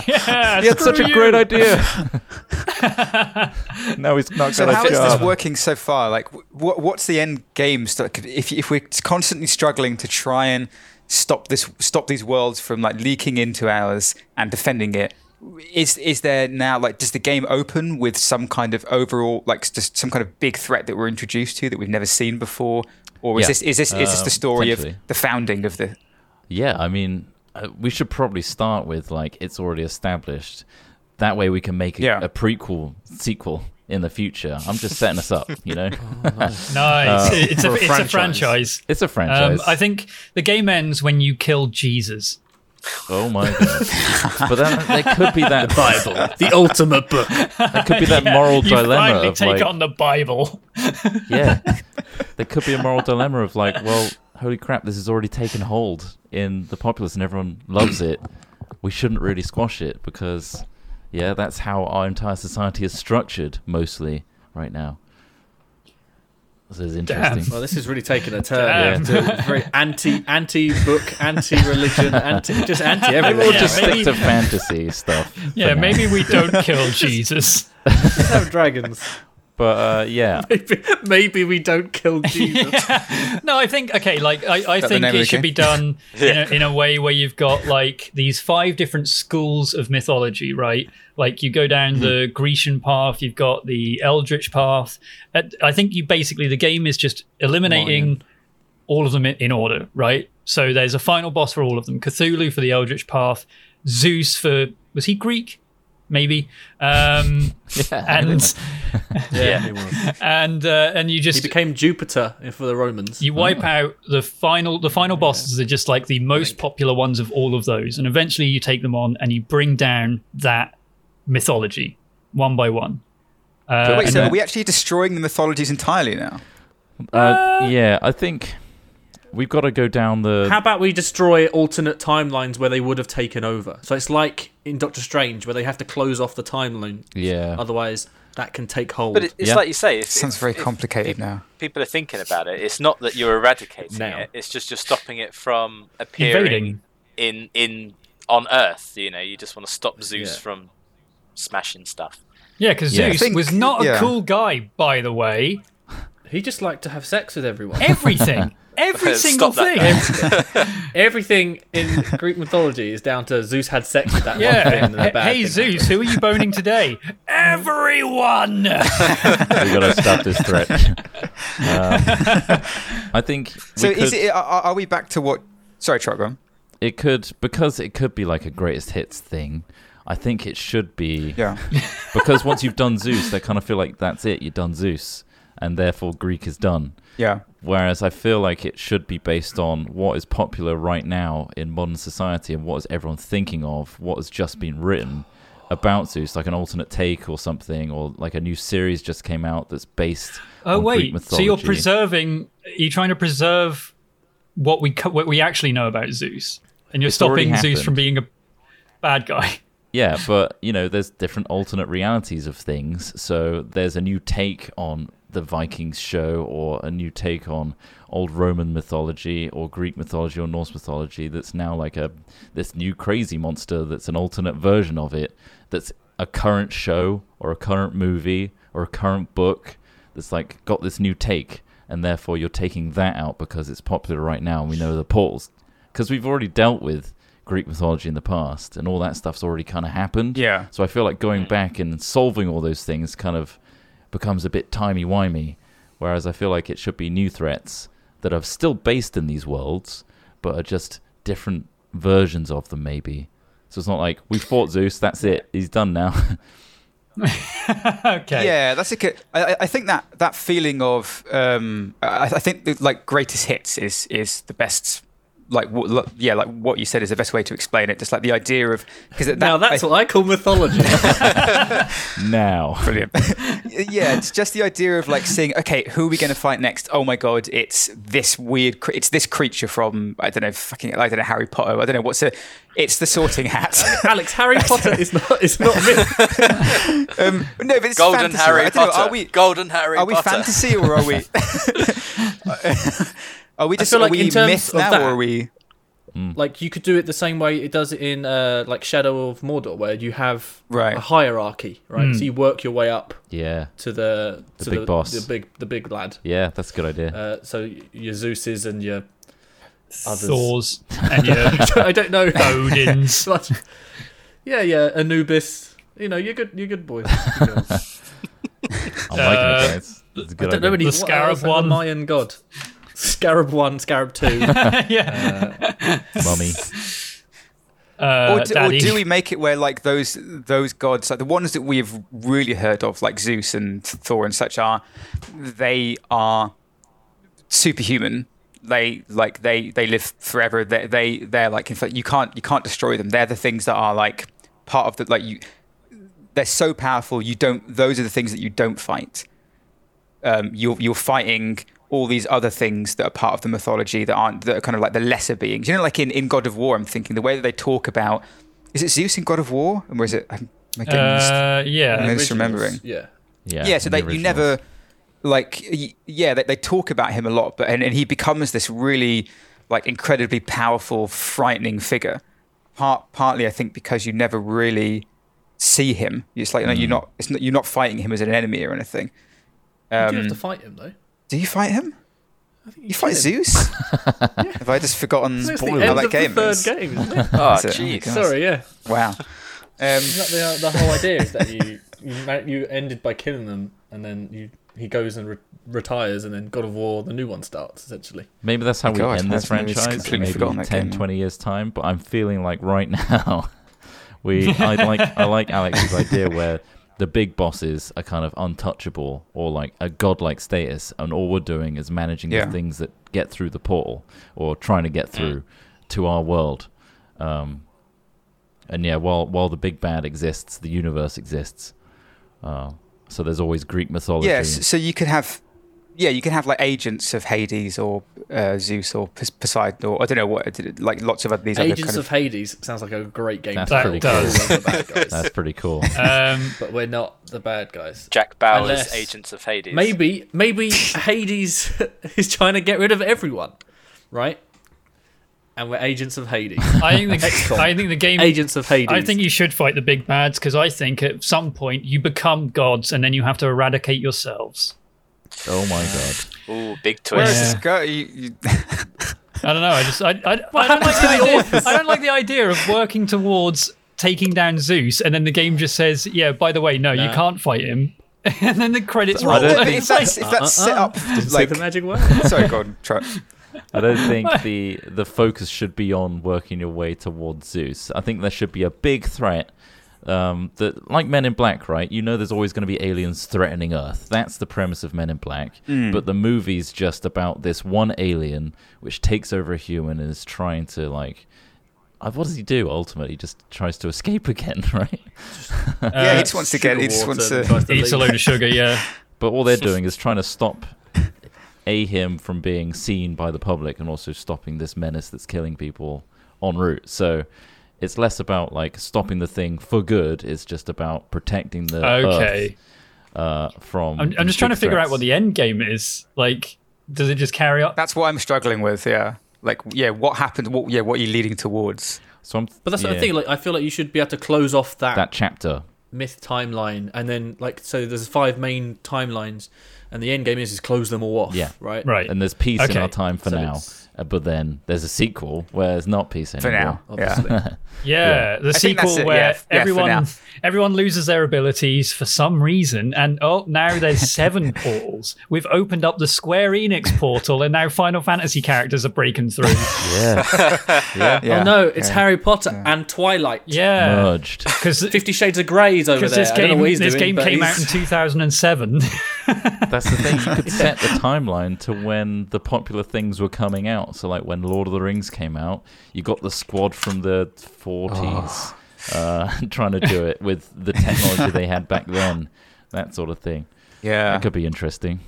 [SPEAKER 2] [laughs] Yeah,
[SPEAKER 3] He had such
[SPEAKER 2] screw
[SPEAKER 3] a great
[SPEAKER 2] you.
[SPEAKER 3] idea. [laughs] now he's not
[SPEAKER 1] So
[SPEAKER 3] got
[SPEAKER 1] how
[SPEAKER 3] a
[SPEAKER 1] is
[SPEAKER 3] job.
[SPEAKER 1] this working so far? Like, what what's the end game? st- like, If if we're constantly struggling to try and stop this, stop these worlds from like leaking into ours and defending it, is is there now like does the game open with some kind of overall like just some kind of big threat that we're introduced to that we've never seen before, or is
[SPEAKER 3] Yeah.
[SPEAKER 1] this is this is this
[SPEAKER 3] Uh,
[SPEAKER 1] the story of
[SPEAKER 3] essentially.
[SPEAKER 1] the founding of the?
[SPEAKER 3] Yeah, I mean, uh, we should probably start with like it's already established. That way, we can make a,
[SPEAKER 1] Yeah.
[SPEAKER 3] a prequel sequel in the future. I'm just setting us up, you know.
[SPEAKER 2] Nice. it's, a,
[SPEAKER 4] for a
[SPEAKER 2] it's a
[SPEAKER 4] franchise.
[SPEAKER 2] franchise.
[SPEAKER 3] it's a
[SPEAKER 2] Um,
[SPEAKER 3] franchise.
[SPEAKER 2] I think the game ends when you kill Jesus.
[SPEAKER 3] Oh my god! but then there could be
[SPEAKER 2] [laughs]
[SPEAKER 3] that Bible.
[SPEAKER 4] the ultimate book.
[SPEAKER 3] There could be that moral
[SPEAKER 2] you
[SPEAKER 3] dilemma
[SPEAKER 2] finally
[SPEAKER 3] of
[SPEAKER 2] take
[SPEAKER 3] like,
[SPEAKER 2] on the Bible.
[SPEAKER 3] yeah, [laughs] there could be a moral dilemma of like, well, holy crap, this has already taken hold in the populace and everyone loves it. We shouldn't really squash it because, yeah, that's how our entire society is structured mostly right now. This is interesting.
[SPEAKER 4] Well, this is really taking a turn. Yeah. It's a Very anti, anti book, anti religion, anti just anti everything.
[SPEAKER 3] We'll
[SPEAKER 2] Yeah,
[SPEAKER 3] just
[SPEAKER 2] maybe-
[SPEAKER 3] stick to fantasy stuff. for
[SPEAKER 2] [laughs] Yeah,
[SPEAKER 3] now.
[SPEAKER 2] maybe we don't kill Jesus.
[SPEAKER 4] Just have dragons.
[SPEAKER 3] But
[SPEAKER 2] [laughs]
[SPEAKER 3] uh, yeah,
[SPEAKER 4] Maybe, [laughs] maybe we don't [laughs] kill Jesus.
[SPEAKER 2] No, I think okay. Like I, I
[SPEAKER 1] the
[SPEAKER 2] think
[SPEAKER 1] name of
[SPEAKER 2] it
[SPEAKER 1] the
[SPEAKER 2] should
[SPEAKER 1] game?
[SPEAKER 2] be
[SPEAKER 1] [laughs]
[SPEAKER 2] done in, a, in a way where you've got like these five different schools of mythology, right? Like you go
[SPEAKER 1] Hmm.
[SPEAKER 2] down the Grecian path, you've got the Eldritch path. And I think you basically the game is just eliminating all of them in, in order, right? So there's a final boss for all of them: Cthulhu for the Eldritch path, Zeus for was he Greek? Maybe,
[SPEAKER 1] [laughs]
[SPEAKER 2] um, and
[SPEAKER 4] Yeah, he was.
[SPEAKER 2] and uh, and you
[SPEAKER 4] He
[SPEAKER 2] just
[SPEAKER 4] became Jupiter for the Romans.
[SPEAKER 2] you wipe
[SPEAKER 1] Oh.
[SPEAKER 2] out the final the final bosses are just like the most popular ones of all of those and eventually you take them on and you bring down that mythology one by one uh,
[SPEAKER 1] But wait,
[SPEAKER 2] and
[SPEAKER 1] so
[SPEAKER 2] then-
[SPEAKER 1] are we actually destroying the mythologies entirely now?
[SPEAKER 3] uh, yeah, I think we've got to go down the
[SPEAKER 4] How about we destroy alternate timelines where they would have taken over? So it's like in Doctor Strange where they have to close off the timeline.
[SPEAKER 3] yeah.
[SPEAKER 2] [laughs]
[SPEAKER 4] Otherwise, that can take hold.
[SPEAKER 5] But it, it's
[SPEAKER 3] Yeah.
[SPEAKER 5] like you say, if,
[SPEAKER 1] Sounds
[SPEAKER 5] if-
[SPEAKER 1] very
[SPEAKER 5] if
[SPEAKER 1] complicated
[SPEAKER 5] peop-
[SPEAKER 1] now.
[SPEAKER 5] [laughs] People are thinking about it. It's not that you're eradicating
[SPEAKER 4] Now.
[SPEAKER 5] it. It's just you're stopping it from appearing
[SPEAKER 2] invading
[SPEAKER 5] in in on Earth. You know, you just want to stop Zeus
[SPEAKER 4] Yeah.
[SPEAKER 5] from smashing stuff.
[SPEAKER 2] yeah because
[SPEAKER 3] Yeah.
[SPEAKER 2] zeus
[SPEAKER 1] I think-
[SPEAKER 2] was not a
[SPEAKER 1] yeah.
[SPEAKER 2] cool guy by the way
[SPEAKER 4] he just liked to have sex with
[SPEAKER 1] [laughs]
[SPEAKER 4] everyone.
[SPEAKER 2] everything every
[SPEAKER 5] Stop
[SPEAKER 2] single
[SPEAKER 5] that
[SPEAKER 2] thing
[SPEAKER 4] Everything in Greek mythology is down to Zeus had sex with that one thing.
[SPEAKER 2] yeah
[SPEAKER 4] And that bad
[SPEAKER 2] hey
[SPEAKER 4] thing.
[SPEAKER 2] zeus who are you boning
[SPEAKER 1] [laughs]
[SPEAKER 2] today everyone
[SPEAKER 3] we gotta stop this
[SPEAKER 2] [laughs]
[SPEAKER 3] threat. Um, I think
[SPEAKER 1] So
[SPEAKER 3] we
[SPEAKER 1] is
[SPEAKER 3] could-
[SPEAKER 1] it? Are, are are we back to what? Sorry, Trotgram.
[SPEAKER 3] it could because it could be like a greatest hits thing. I think it should be
[SPEAKER 1] Yeah.
[SPEAKER 3] [laughs] because once you've done Zeus, they kind of feel like that's it. You've done Zeus, and therefore Greek is done.
[SPEAKER 1] Yeah.
[SPEAKER 3] Whereas I feel like it should be based on what is popular right now in modern society and what is everyone thinking of, what has just been written about Zeus, like an alternate take or something, or like a new series just came out that's based.
[SPEAKER 2] Oh
[SPEAKER 3] on Greek
[SPEAKER 2] wait, so you're
[SPEAKER 3] mythology.
[SPEAKER 2] preserving? You're trying to preserve what we co- what we actually know about Zeus, and you're
[SPEAKER 3] It's already
[SPEAKER 2] stopping Zeus
[SPEAKER 3] happened.
[SPEAKER 2] from being a bad guy. [laughs]
[SPEAKER 3] Yeah, but you know, there's different alternate realities of things. So there's a new take on the Vikings show, or a new take on old Roman mythology, or Greek mythology, or Norse mythology. That's now like a this new crazy monster. That's an alternate version of it. That's a current show, or a current movie, or a current book. That's like got this new take, and therefore you're taking that out because it's popular right now, and we know the portals because we've already dealt with Greek mythology in the past, and all that stuff's already kind of happened.
[SPEAKER 1] Yeah.
[SPEAKER 3] So I feel like going back and solving all those things kind of becomes a bit timey wimey, whereas I feel like it should be new threats that are still based in these worlds, but are just different versions of them, maybe. So it's not like we fought Zeus, that's it, he's done now. [laughs]
[SPEAKER 2] Okay.
[SPEAKER 1] Yeah, that's a good. I, I- I think that that feeling of um, I, I think that, like greatest hits is is the best like what, lo- yeah, like what you said is the best way to explain it. Just like the idea of because that,
[SPEAKER 4] now that's
[SPEAKER 1] I-
[SPEAKER 4] what I call [laughs] mythology.
[SPEAKER 3] Now,
[SPEAKER 1] brilliant. [laughs] yeah, it's just the idea of like seeing okay, who are we going to fight next? Oh my god, it's this weird, cre- it's this creature from I don't know, fucking I don't know Harry Potter. I don't know what's a, it's the Sorting Hat. [laughs]
[SPEAKER 4] Alex, Harry Potter is not is not [laughs] myth.
[SPEAKER 1] um, no, but it's
[SPEAKER 5] Golden
[SPEAKER 1] fantasy,
[SPEAKER 5] Harry
[SPEAKER 1] right? I don't
[SPEAKER 5] Potter.
[SPEAKER 1] know, are we
[SPEAKER 5] Golden Harry
[SPEAKER 1] are we
[SPEAKER 5] Potter.
[SPEAKER 4] [laughs]
[SPEAKER 1] fantasy or are we? are we just
[SPEAKER 4] feel
[SPEAKER 1] are
[SPEAKER 4] like
[SPEAKER 1] we
[SPEAKER 4] in terms
[SPEAKER 1] myth
[SPEAKER 4] of
[SPEAKER 1] now
[SPEAKER 4] that-
[SPEAKER 1] or are we?
[SPEAKER 4] like you could do it the same way it does it in uh, like Shadow of Mordor, where you have
[SPEAKER 1] Right.
[SPEAKER 4] a hierarchy, right? So you work your way up
[SPEAKER 3] yeah,
[SPEAKER 4] to the to
[SPEAKER 3] big
[SPEAKER 4] the,
[SPEAKER 3] boss.
[SPEAKER 4] the big the big lad.
[SPEAKER 3] yeah, that's a good idea.
[SPEAKER 4] Uh, so your Zeus's and your others.
[SPEAKER 2] Thors and your
[SPEAKER 4] [laughs] I don't
[SPEAKER 2] [laughs]
[SPEAKER 4] know. [laughs]
[SPEAKER 2] Odins.
[SPEAKER 4] Such- yeah, yeah, Anubis. You know, you're good. You're good boys. Good girls.
[SPEAKER 3] I'm liking it, guys. It's a
[SPEAKER 4] I
[SPEAKER 3] good
[SPEAKER 4] don't
[SPEAKER 3] idea.
[SPEAKER 4] know any.
[SPEAKER 2] The
[SPEAKER 4] what
[SPEAKER 2] Scarab
[SPEAKER 4] else? I'm a
[SPEAKER 2] one.
[SPEAKER 4] Mayan god. Scarab one, Scarab two.
[SPEAKER 2] yeah.
[SPEAKER 3] Mummy.
[SPEAKER 2] Uh,
[SPEAKER 1] or, do, or
[SPEAKER 2] Daddy.
[SPEAKER 1] do we make it where like those those gods, like the ones that we've really heard of, like Zeus and Thor and such, are they are superhuman. They like they they live forever. They they they're like in fact you can't you can't destroy them. They're the things that are like part of the like you. They're so powerful. You don't. Those are the things that you don't fight. Um, you're you're fighting all these other things that are part of the mythology that aren't that are kind of like the lesser beings. You know, like in, in God of War, I'm thinking the way that they talk about is it Zeus in God of War, and where is it? I'm again,
[SPEAKER 2] Uh,
[SPEAKER 1] I'm
[SPEAKER 2] yeah.
[SPEAKER 1] just remembering.
[SPEAKER 4] Yeah.
[SPEAKER 3] Yeah,
[SPEAKER 1] Yeah, so
[SPEAKER 3] in
[SPEAKER 1] they,
[SPEAKER 3] the
[SPEAKER 1] you
[SPEAKER 3] originals.
[SPEAKER 1] never like y- yeah they, they talk about him a lot, but and, and he becomes this really like incredibly powerful, frightening figure. Part partly, I think, because you never really see him. It's like no, you're not. It's not. You're not fighting him as an enemy or anything.
[SPEAKER 4] You
[SPEAKER 1] Um,
[SPEAKER 4] do have to fight him though.
[SPEAKER 1] do you fight him?
[SPEAKER 4] I think
[SPEAKER 1] You fight
[SPEAKER 4] kill him. [laughs]
[SPEAKER 1] Zeus? Have I just forgotten
[SPEAKER 4] It's the
[SPEAKER 1] how
[SPEAKER 4] end
[SPEAKER 1] that
[SPEAKER 4] of the
[SPEAKER 1] game
[SPEAKER 4] third
[SPEAKER 1] is?
[SPEAKER 4] game, isn't it?
[SPEAKER 5] Oh,
[SPEAKER 1] Is it? Oh my
[SPEAKER 5] jeez.
[SPEAKER 1] [laughs] God.
[SPEAKER 4] Sorry, yeah.
[SPEAKER 1] Wow. Um,
[SPEAKER 4] Isn't that the, the whole idea is that you, you ma- you ended by killing them, and then you he goes and re- retires, and then God of War, the new one starts essentially.
[SPEAKER 3] Maybe that's how we
[SPEAKER 1] God,
[SPEAKER 3] end this
[SPEAKER 1] I've maybe just
[SPEAKER 3] franchise. in
[SPEAKER 1] completely
[SPEAKER 3] Maybe
[SPEAKER 1] forgotten that
[SPEAKER 3] 10,
[SPEAKER 1] game.
[SPEAKER 3] 20 years time. But I'm feeling like right [laughs] now, we I like I like Alex's idea where the big bosses are kind of untouchable or like a godlike status, and all we're doing is managing
[SPEAKER 1] Yeah. Mm.
[SPEAKER 3] the things that get through the portal or trying to get through to our world. Um, and yeah, while while the big bad exists, the universe exists. Uh, so there's always Greek mythology.
[SPEAKER 1] Yes, so you could have, yeah, you can have like agents of Hades or uh, Zeus or Pos- Poseidon or I don't know what, like lots of other, these
[SPEAKER 4] Agents
[SPEAKER 1] other kind
[SPEAKER 4] of
[SPEAKER 1] of.
[SPEAKER 4] Hades sounds like a great game.
[SPEAKER 3] That's
[SPEAKER 4] title.
[SPEAKER 3] pretty
[SPEAKER 4] We're
[SPEAKER 2] does.
[SPEAKER 4] the bad guys,
[SPEAKER 3] That's pretty cool.
[SPEAKER 1] [laughs]
[SPEAKER 2] Um,
[SPEAKER 4] but we're not the bad guys.
[SPEAKER 5] Jack Bauer's
[SPEAKER 4] Unless-
[SPEAKER 5] Agents of Hades.
[SPEAKER 4] Maybe maybe Hades [laughs] is trying to get rid of everyone, right? And we're agents of Hades.
[SPEAKER 2] I think [laughs] the,
[SPEAKER 4] XCOM.
[SPEAKER 2] I think the game.
[SPEAKER 4] agents of Hades.
[SPEAKER 2] I think you should fight the big bads because I think at some point you become gods and then you have to eradicate yourselves.
[SPEAKER 3] oh my god.
[SPEAKER 5] Ooh, big
[SPEAKER 1] Where
[SPEAKER 5] twist.
[SPEAKER 1] is this go? You, you,
[SPEAKER 2] I don't know. I just I,
[SPEAKER 1] [laughs]
[SPEAKER 2] I, I don't like the idea. I don't like the idea of working towards taking down Zeus and then the game just says, "Yeah, by the way, no, you
[SPEAKER 4] Nah. can't
[SPEAKER 2] can't fight him." [laughs] and then the credits
[SPEAKER 3] I
[SPEAKER 1] [laughs]
[SPEAKER 2] roll.
[SPEAKER 3] don't
[SPEAKER 2] [laughs]
[SPEAKER 3] Uh-uh.
[SPEAKER 1] But if
[SPEAKER 2] It's like,
[SPEAKER 1] that's, if that's set up,
[SPEAKER 4] like
[SPEAKER 1] like,
[SPEAKER 4] the magic word.
[SPEAKER 1] sorry, go on,
[SPEAKER 3] [laughs]
[SPEAKER 1] try.
[SPEAKER 3] I don't think the the focus should be on working your way towards Zeus. I think there should be a big threat. Um, that like Men in Black, right? You know, there's always going to be aliens threatening Earth. That's the premise of Men in Black. But the movie's just about this one alien which takes over a human and is trying to like, uh, what does he do ultimately? He just tries to escape [laughs] again, right? Uh,
[SPEAKER 1] yeah, he just wants to get. He just
[SPEAKER 4] Sugar
[SPEAKER 1] wants
[SPEAKER 4] water
[SPEAKER 1] to.
[SPEAKER 4] tries
[SPEAKER 2] eats a
[SPEAKER 4] leave.
[SPEAKER 2] load of sugar. Yeah, [laughs]
[SPEAKER 3] But all they're doing is trying to stop [laughs] a him from being seen by the public and also stopping this menace that's killing people en route. So it's less about like stopping the thing for good. It's just about protecting the
[SPEAKER 2] Okay.
[SPEAKER 3] Earth, uh, from.
[SPEAKER 2] I'm, I'm just trying to figure out what the end game is. Like, does it just carry on?
[SPEAKER 1] That's what I'm struggling with. Yeah, like, yeah, what happened? What, yeah, what are you leading towards?
[SPEAKER 3] So I'm,
[SPEAKER 4] But that's
[SPEAKER 3] yeah,
[SPEAKER 4] the thing. Like, I feel like you should be able to close off that,
[SPEAKER 3] that chapter.
[SPEAKER 4] myth timeline, and then like, so there's five main timelines, and the end game is is close them all off.
[SPEAKER 3] Yeah.
[SPEAKER 4] Right.
[SPEAKER 2] Right.
[SPEAKER 3] And there's peace in
[SPEAKER 2] Okay.
[SPEAKER 3] our time for
[SPEAKER 4] So
[SPEAKER 3] now,
[SPEAKER 4] it's-
[SPEAKER 3] uh, but then there's a sequel where there's not peace
[SPEAKER 1] For
[SPEAKER 3] anymore.
[SPEAKER 1] now, yeah.
[SPEAKER 3] [laughs]
[SPEAKER 4] Obviously.
[SPEAKER 2] Yeah, the
[SPEAKER 1] I think that's
[SPEAKER 2] sequel
[SPEAKER 1] it,
[SPEAKER 2] where
[SPEAKER 1] yeah, f- yeah, for
[SPEAKER 2] everyone
[SPEAKER 1] now.
[SPEAKER 2] everyone loses their abilities for some reason, and oh,
[SPEAKER 1] [laughs]
[SPEAKER 2] now there's seven portals. We've opened up the Square Enix portal, and now Final Fantasy characters are breaking through. [laughs]
[SPEAKER 3] Yeah,
[SPEAKER 1] [laughs] Yeah.
[SPEAKER 4] Oh no, it's
[SPEAKER 1] Yeah.
[SPEAKER 4] Harry Potter and Twilight.
[SPEAKER 2] Yeah,
[SPEAKER 3] merged.
[SPEAKER 2] because
[SPEAKER 4] Fifty Shades of Grey's over there.
[SPEAKER 2] this
[SPEAKER 4] I don't know
[SPEAKER 2] game
[SPEAKER 4] what he's
[SPEAKER 2] this
[SPEAKER 4] doing,
[SPEAKER 2] game
[SPEAKER 4] but
[SPEAKER 2] came out
[SPEAKER 4] he's-
[SPEAKER 2] in 2007.
[SPEAKER 3] That's the thing. You could set the timeline to when the popular things were coming out. So, like when Lord of the Rings came out, you got the squad from the 40s
[SPEAKER 2] Ah.
[SPEAKER 3] uh, [laughs] trying to do it with the technology they had back then, that sort of thing.
[SPEAKER 1] Yeah.
[SPEAKER 3] That could be interesting.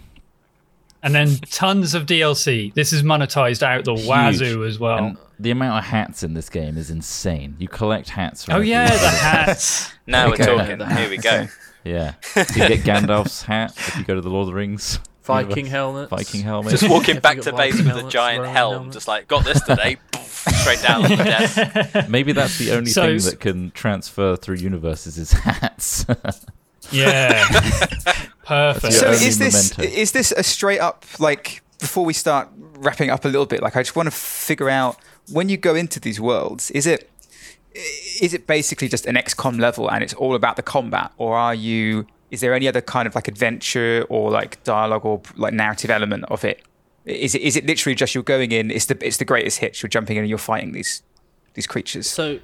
[SPEAKER 2] [laughs] and then tons of DLC. This is monetized out the wazoo as well.
[SPEAKER 3] And the amount of hats in this game is insane. You collect hats. From
[SPEAKER 2] oh
[SPEAKER 3] every
[SPEAKER 2] yeah,
[SPEAKER 3] level.
[SPEAKER 4] [laughs]
[SPEAKER 2] the hats.
[SPEAKER 5] Now
[SPEAKER 1] Okay.
[SPEAKER 5] we're talking. Here we go.
[SPEAKER 3] [laughs] yeah. You get Gandalf's hat if you go to the Lord of the Rings.
[SPEAKER 4] [laughs]
[SPEAKER 3] [laughs]
[SPEAKER 4] Viking
[SPEAKER 3] universe.
[SPEAKER 4] helmet. [laughs]
[SPEAKER 3] Viking helmet.
[SPEAKER 5] Just walking
[SPEAKER 4] If
[SPEAKER 5] back
[SPEAKER 4] you
[SPEAKER 5] to
[SPEAKER 4] got
[SPEAKER 5] base
[SPEAKER 4] Viking
[SPEAKER 5] with a
[SPEAKER 4] helmets,
[SPEAKER 5] giant
[SPEAKER 4] Roman
[SPEAKER 5] helm,
[SPEAKER 4] helmets.
[SPEAKER 5] just like got this today, poof, straight down on the desk.
[SPEAKER 3] Maybe that's the only
[SPEAKER 2] So-
[SPEAKER 3] thing that can transfer through universes is [laughs] hats.
[SPEAKER 4] [laughs]
[SPEAKER 2] Yeah, perfect.
[SPEAKER 1] So
[SPEAKER 3] Yeah, only
[SPEAKER 1] is this
[SPEAKER 3] memento.
[SPEAKER 1] is this a straight up like before we start wrapping up a little bit? Like I just want to figure out when you go into these worlds, is it is it basically just an XCOM level and it's all about the combat, or are you? Is there any other kind of like adventure or like dialogue or like narrative element of it? Is it is it literally just you're going in? It's the it's the greatest hits. You're jumping in and you're fighting these these creatures.
[SPEAKER 4] So,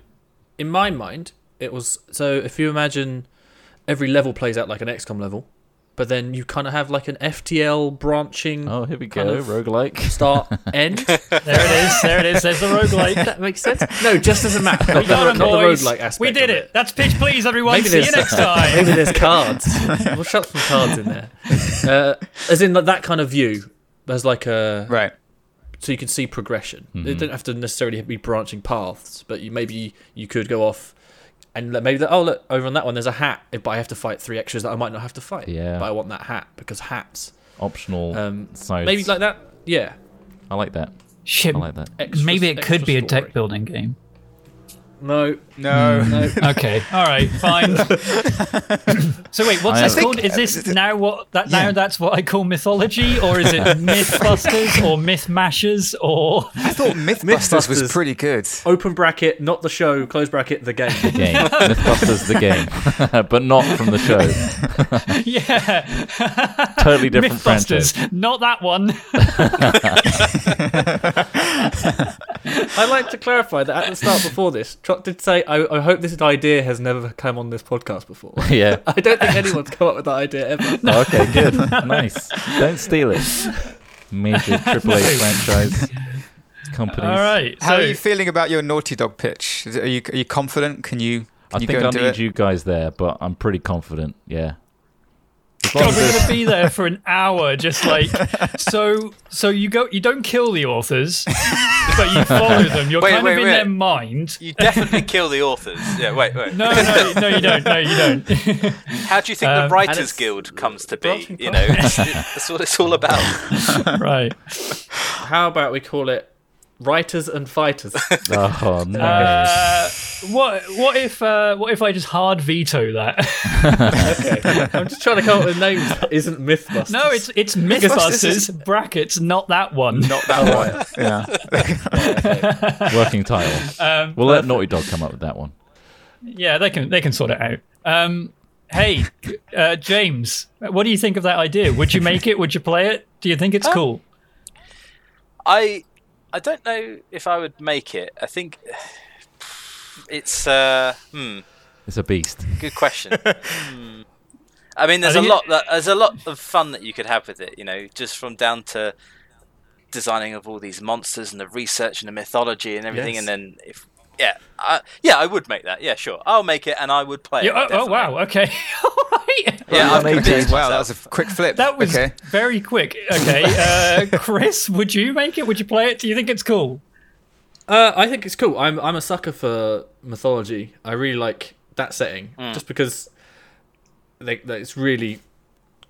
[SPEAKER 4] in my mind, it was so. If you imagine every level plays out like an XCOM level, but then you kind of have like an FTL branching
[SPEAKER 3] oh, here we go,
[SPEAKER 4] Kind of-
[SPEAKER 3] roguelike. [laughs]
[SPEAKER 4] start end.
[SPEAKER 2] There it [laughs] is. There it is. There's the roguelike.
[SPEAKER 4] that makes sense. No, just as a map.
[SPEAKER 2] We
[SPEAKER 4] Not the,
[SPEAKER 2] got
[SPEAKER 4] not
[SPEAKER 2] him,
[SPEAKER 4] the
[SPEAKER 2] boys.
[SPEAKER 4] roguelike aspect.
[SPEAKER 2] we did
[SPEAKER 4] of
[SPEAKER 2] it. That's pitch, please, everyone.
[SPEAKER 4] Maybe
[SPEAKER 2] See you
[SPEAKER 4] there's-
[SPEAKER 2] next time.
[SPEAKER 4] [laughs] Maybe there's cards. we'll shove some cards in there. Uh, as in like, that kind of view. There's like a
[SPEAKER 1] right.
[SPEAKER 4] so you can see progression.
[SPEAKER 2] Mm-hmm.
[SPEAKER 4] They don't have to necessarily be branching paths, but you maybe you could go off and let- maybe that, oh look over on that one there's a hat, but I have to fight three extras that I might not have to fight.
[SPEAKER 3] Yeah.
[SPEAKER 4] but I want that hat because hats.
[SPEAKER 3] Optional
[SPEAKER 4] Um,
[SPEAKER 3] sides.
[SPEAKER 4] Maybe like that. Yeah,
[SPEAKER 3] I like that.
[SPEAKER 2] Shit.
[SPEAKER 3] I like that.
[SPEAKER 4] Extra-
[SPEAKER 2] Maybe it could
[SPEAKER 4] extra
[SPEAKER 2] be a
[SPEAKER 4] story.
[SPEAKER 2] deck building game.
[SPEAKER 4] no,
[SPEAKER 2] Hmm.
[SPEAKER 1] No.
[SPEAKER 4] no.
[SPEAKER 2] Okay. [laughs] All right. Fine. so wait, what's
[SPEAKER 3] I
[SPEAKER 2] this
[SPEAKER 3] think-
[SPEAKER 2] called? Is this now what that now that's what I call mythology, or is it MythBusters or Myth Mashers or [laughs]
[SPEAKER 1] I thought [laughs] Mythbusters was
[SPEAKER 4] Mythbusters.
[SPEAKER 1] pretty good.
[SPEAKER 4] Open bracket, not the show. Close bracket, the game.
[SPEAKER 2] [laughs]
[SPEAKER 3] Game. Mythbusters the game, [laughs] but not from the show.
[SPEAKER 2] yeah
[SPEAKER 3] Totally different franchise.
[SPEAKER 2] MythBusters? Not that one.
[SPEAKER 4] [laughs] I'd like to clarify that at the start before this, Trot did say, I, "I hope this idea has never come on this podcast before." [laughs]
[SPEAKER 3] [laughs] Yeah.
[SPEAKER 2] [laughs]
[SPEAKER 4] I don't think anyone's come up with that idea ever.
[SPEAKER 3] Okay, good. nice. Don't steal it.
[SPEAKER 2] [laughs]
[SPEAKER 3] Major AAA franchise companies.
[SPEAKER 2] All right.
[SPEAKER 1] How
[SPEAKER 2] so,
[SPEAKER 1] are you feeling about your Naughty Dog pitch? Is it- Are you, are you confident? Can you? Can
[SPEAKER 3] I
[SPEAKER 1] you
[SPEAKER 3] think
[SPEAKER 1] go
[SPEAKER 3] I
[SPEAKER 1] and do
[SPEAKER 3] need
[SPEAKER 1] it?
[SPEAKER 3] you guys there, but I'm pretty confident.
[SPEAKER 2] [laughs]
[SPEAKER 3] Yeah. As long
[SPEAKER 2] God,
[SPEAKER 3] as
[SPEAKER 2] we're
[SPEAKER 3] there's-
[SPEAKER 2] gonna be there for an hour, just like so. So you go, you don't kill the authors, but you follow them. You're
[SPEAKER 5] Wait,
[SPEAKER 2] kind
[SPEAKER 5] wait,
[SPEAKER 2] of in
[SPEAKER 5] wait.
[SPEAKER 2] their mind.
[SPEAKER 5] You definitely kill the authors. Yeah, wait, wait.
[SPEAKER 2] No, no, no, you don't. No, you don't. [laughs]
[SPEAKER 5] How do you think
[SPEAKER 2] Um,
[SPEAKER 5] the Writers
[SPEAKER 4] it's-
[SPEAKER 5] Guild comes to be?
[SPEAKER 4] Branching
[SPEAKER 5] You know, that's what it's all about.
[SPEAKER 2] [laughs] right.
[SPEAKER 4] How about we call it writers
[SPEAKER 2] [laughs]
[SPEAKER 4] and fighters?
[SPEAKER 3] Oh, no.
[SPEAKER 2] Uh, what what if uh, what if I just hard veto [laughs] that?
[SPEAKER 4] okay. [laughs] I'm just trying to come up with names that isn't Mythbusters.
[SPEAKER 2] no, it's it's
[SPEAKER 1] this is-
[SPEAKER 2] MythBusters brackets, not that one.
[SPEAKER 1] Not that
[SPEAKER 2] [laughs]
[SPEAKER 1] one. yeah.
[SPEAKER 3] Working title.
[SPEAKER 2] Um,
[SPEAKER 3] we'll let Naughty Dog come up with that one.
[SPEAKER 2] yeah, they can they can sort it out. Um, hey, uh, James, what do you think of that idea? Would you make it? Would you play it? Do you think it's cool?
[SPEAKER 5] I I don't know if I would make it. I think it's uh hmm,
[SPEAKER 3] It's a beast.
[SPEAKER 5] good
[SPEAKER 2] [laughs]
[SPEAKER 5] question. Hmm. I mean, there's
[SPEAKER 2] I
[SPEAKER 5] a
[SPEAKER 2] think
[SPEAKER 5] lot. That, there's a lot of fun that you could have with it. You know, just from down to designing of all these monsters and the research and the mythology and everything. And
[SPEAKER 4] Yes.
[SPEAKER 5] then if yeah, I, yeah, I would make that. Yeah, sure, I'll make it and I would play.
[SPEAKER 2] Yeah,
[SPEAKER 5] it,
[SPEAKER 2] oh, oh
[SPEAKER 5] definitely.
[SPEAKER 2] wow. Okay. [laughs] All right.
[SPEAKER 5] Yeah, I've convinced
[SPEAKER 1] Wow, that
[SPEAKER 5] myself.
[SPEAKER 1] was a quick flip.
[SPEAKER 2] That was
[SPEAKER 1] okay.
[SPEAKER 2] very quick. Okay, uh, Chris, would you make it? Would you play it? Do you think it's cool?
[SPEAKER 4] Uh, I think it's cool. I'm I'm a sucker for mythology. I really like that setting just because they, that it's really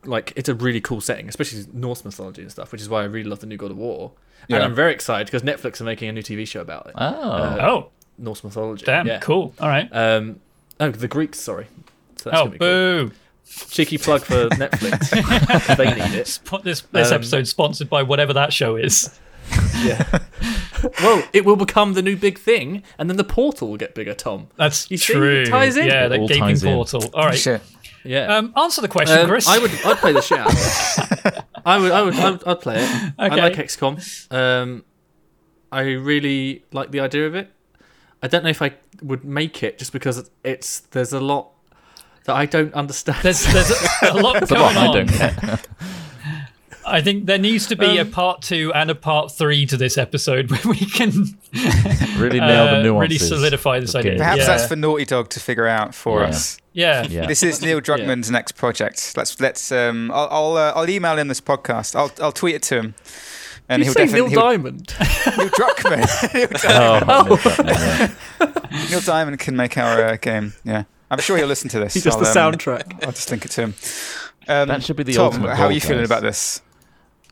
[SPEAKER 4] like it's a really cool setting, especially Norse mythology and stuff, which is why I really love the new God of War. And
[SPEAKER 1] Yeah.
[SPEAKER 4] I'm very excited because Netflix are making a new TV show about it,
[SPEAKER 3] Oh.
[SPEAKER 2] Oh,
[SPEAKER 4] Norse mythology.
[SPEAKER 2] damn,
[SPEAKER 4] Yeah.
[SPEAKER 2] cool. All right.
[SPEAKER 4] Um, oh, the Greeks. Sorry. So that's
[SPEAKER 2] oh,
[SPEAKER 4] gonna be cool.
[SPEAKER 2] boo.
[SPEAKER 4] Cheeky
[SPEAKER 2] [laughs]
[SPEAKER 4] plug for Netflix. they need it.
[SPEAKER 2] Spo- This this
[SPEAKER 4] Um,
[SPEAKER 2] episode sponsored by whatever that show is.
[SPEAKER 4] Yeah. well, it will become the new big thing, and then the portal will get bigger, Tom.
[SPEAKER 2] That's
[SPEAKER 4] You see, it
[SPEAKER 2] true.
[SPEAKER 4] ties in.
[SPEAKER 2] Yeah,
[SPEAKER 3] It
[SPEAKER 2] that
[SPEAKER 3] all
[SPEAKER 2] gaping
[SPEAKER 3] ties in.
[SPEAKER 2] portal. All right.
[SPEAKER 1] Shit.
[SPEAKER 4] Yeah.
[SPEAKER 2] Um, answer the question,
[SPEAKER 4] Um,
[SPEAKER 2] Chris.
[SPEAKER 4] I would, I'd play the shit out. of [laughs] it. I would, I would, I would I'd play it. I
[SPEAKER 2] Okay.
[SPEAKER 4] like XCOM. Um, I really like the idea of it. I don't know if I would make it just because it's there's a lot that I don't understand.
[SPEAKER 2] [laughs]
[SPEAKER 4] [laughs]
[SPEAKER 2] There's there's a, a lot
[SPEAKER 3] But
[SPEAKER 2] going on.
[SPEAKER 3] I don't care.
[SPEAKER 2] I think there needs to
[SPEAKER 4] Um,
[SPEAKER 2] be a part two and a part three to this episode [laughs] where we can
[SPEAKER 3] Really nail
[SPEAKER 2] uh,
[SPEAKER 3] the
[SPEAKER 2] really
[SPEAKER 3] nuances.
[SPEAKER 2] solidify this
[SPEAKER 3] Okay.
[SPEAKER 2] idea.
[SPEAKER 1] Perhaps
[SPEAKER 2] yeah.
[SPEAKER 1] that's for Naughty Dog to figure out for
[SPEAKER 3] Yeah.
[SPEAKER 1] us.
[SPEAKER 2] yeah.
[SPEAKER 1] [laughs]
[SPEAKER 3] Yeah.
[SPEAKER 1] This is Neil Druckmann's next project. Let's let's. Um, I'll I'll, uh, I'll email him this podcast. I'll I'll tweet it to him, and
[SPEAKER 4] you
[SPEAKER 1] he'll
[SPEAKER 4] say Neil
[SPEAKER 1] definitely he'll,
[SPEAKER 4] Diamond.
[SPEAKER 1] [laughs]
[SPEAKER 4] [laughs]
[SPEAKER 1] Neil Druckmann. [laughs] Neil, Di-
[SPEAKER 3] Oh, no, fuck no, yeah.
[SPEAKER 1] Neil Diamond can make our uh, game. Yeah, I'm sure he'll listen to
[SPEAKER 3] [laughs]
[SPEAKER 1] this.
[SPEAKER 4] He's just the
[SPEAKER 1] I'll, um,
[SPEAKER 4] soundtrack.
[SPEAKER 1] I'll just link it to him. Um,
[SPEAKER 3] That should be the
[SPEAKER 1] Tom,
[SPEAKER 3] ultimate
[SPEAKER 1] How are
[SPEAKER 3] goal,
[SPEAKER 1] you feeling
[SPEAKER 3] guys.
[SPEAKER 1] about this?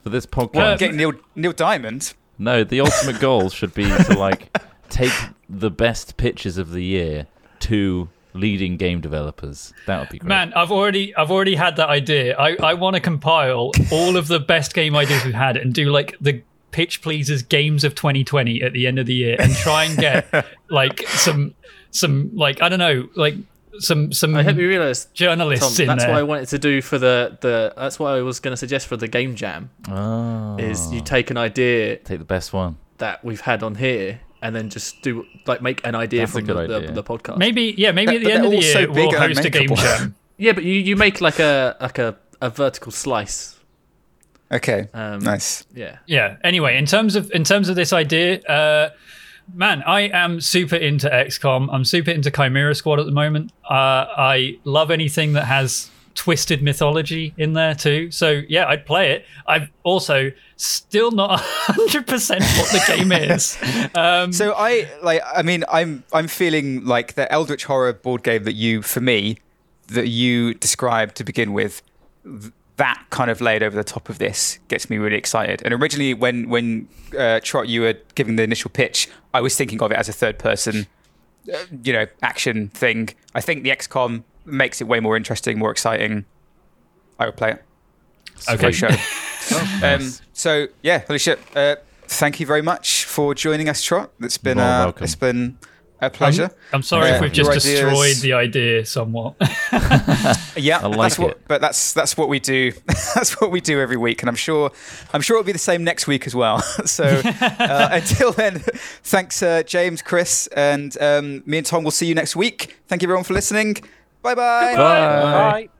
[SPEAKER 3] For this
[SPEAKER 2] Well,
[SPEAKER 3] podcast,
[SPEAKER 1] Getting Neil Neil Diamond.
[SPEAKER 3] No, the ultimate goal should be to like take the best pitches of the year to leading game developers. That would be great.
[SPEAKER 2] Man, I've already I've already had that idea. I, I want to compile all of the best game ideas we've had and do like the pitch pleases games of 2020 at the end of the year and try
[SPEAKER 1] [laughs]
[SPEAKER 2] and get like some some like I don't know like some some
[SPEAKER 4] I hope you [laughs] realise. Tom,
[SPEAKER 2] journalists in
[SPEAKER 4] that's
[SPEAKER 2] there.
[SPEAKER 4] what I wanted to do for the, the that's what I was going to suggest for the game jam
[SPEAKER 3] Oh,
[SPEAKER 4] is you take an idea
[SPEAKER 3] take the best one.
[SPEAKER 4] that we've had on here and then just do like make an idea
[SPEAKER 3] That's a
[SPEAKER 4] from
[SPEAKER 3] good
[SPEAKER 4] the,
[SPEAKER 3] idea.
[SPEAKER 4] The, the podcast.
[SPEAKER 2] Maybe yeah, maybe at
[SPEAKER 1] But
[SPEAKER 2] the end of
[SPEAKER 1] they're
[SPEAKER 2] the
[SPEAKER 1] all so
[SPEAKER 2] year
[SPEAKER 1] big
[SPEAKER 2] we'll
[SPEAKER 1] and
[SPEAKER 2] host a game
[SPEAKER 1] unmakeable. [laughs]
[SPEAKER 2] jam.
[SPEAKER 4] Yeah, but you, you make like a like a, a vertical slice.
[SPEAKER 1] Okay,
[SPEAKER 4] Um,
[SPEAKER 1] nice.
[SPEAKER 4] Yeah.
[SPEAKER 2] Yeah. Anyway, in terms of in terms of this idea, uh, man, I am super into XCOM. I'm super into Chimera Squad at the moment. Uh, I love anything that has twisted mythology in there too. So yeah, I'd play it. I've also still not [laughs] 100% what the
[SPEAKER 1] [laughs]
[SPEAKER 2] game is. Um,
[SPEAKER 1] So I like. I mean, I'm I'm feeling like the Eldritch Horror board game that you, for me, that you described to begin with. th- That kind of laid over the top of this gets me really excited. And originally, when when uh, Trot you were giving the initial pitch, I was thinking of it as a third person, uh, you know, action thing. I think the XCOM makes it way more interesting, more exciting. I would play it
[SPEAKER 2] Okay.
[SPEAKER 1] for
[SPEAKER 3] [laughs]
[SPEAKER 1] sure.
[SPEAKER 3] Oh,
[SPEAKER 1] um, so yeah, holy shit! Uh, thank you very much for joining us, Trot. It's been
[SPEAKER 3] You're
[SPEAKER 1] uh,
[SPEAKER 3] welcome.
[SPEAKER 1] it's been a pleasure.
[SPEAKER 2] I'm sorry
[SPEAKER 1] Yeah,
[SPEAKER 2] if we've just
[SPEAKER 1] your ideas-
[SPEAKER 2] destroyed the idea somewhat.
[SPEAKER 1] yeah,
[SPEAKER 3] I like
[SPEAKER 1] that's what,
[SPEAKER 3] it.
[SPEAKER 1] but that's that's what we do. [laughs] that's what we do every week, and I'm sure I'm sure it'll be the same next week as well. [laughs] so
[SPEAKER 3] [laughs]
[SPEAKER 1] uh, until then, thanks, uh, James, Chris, and um, me and Tom. We'll see you next week. Thank you everyone for listening. Bye bye.
[SPEAKER 3] Bye.
[SPEAKER 5] Bye.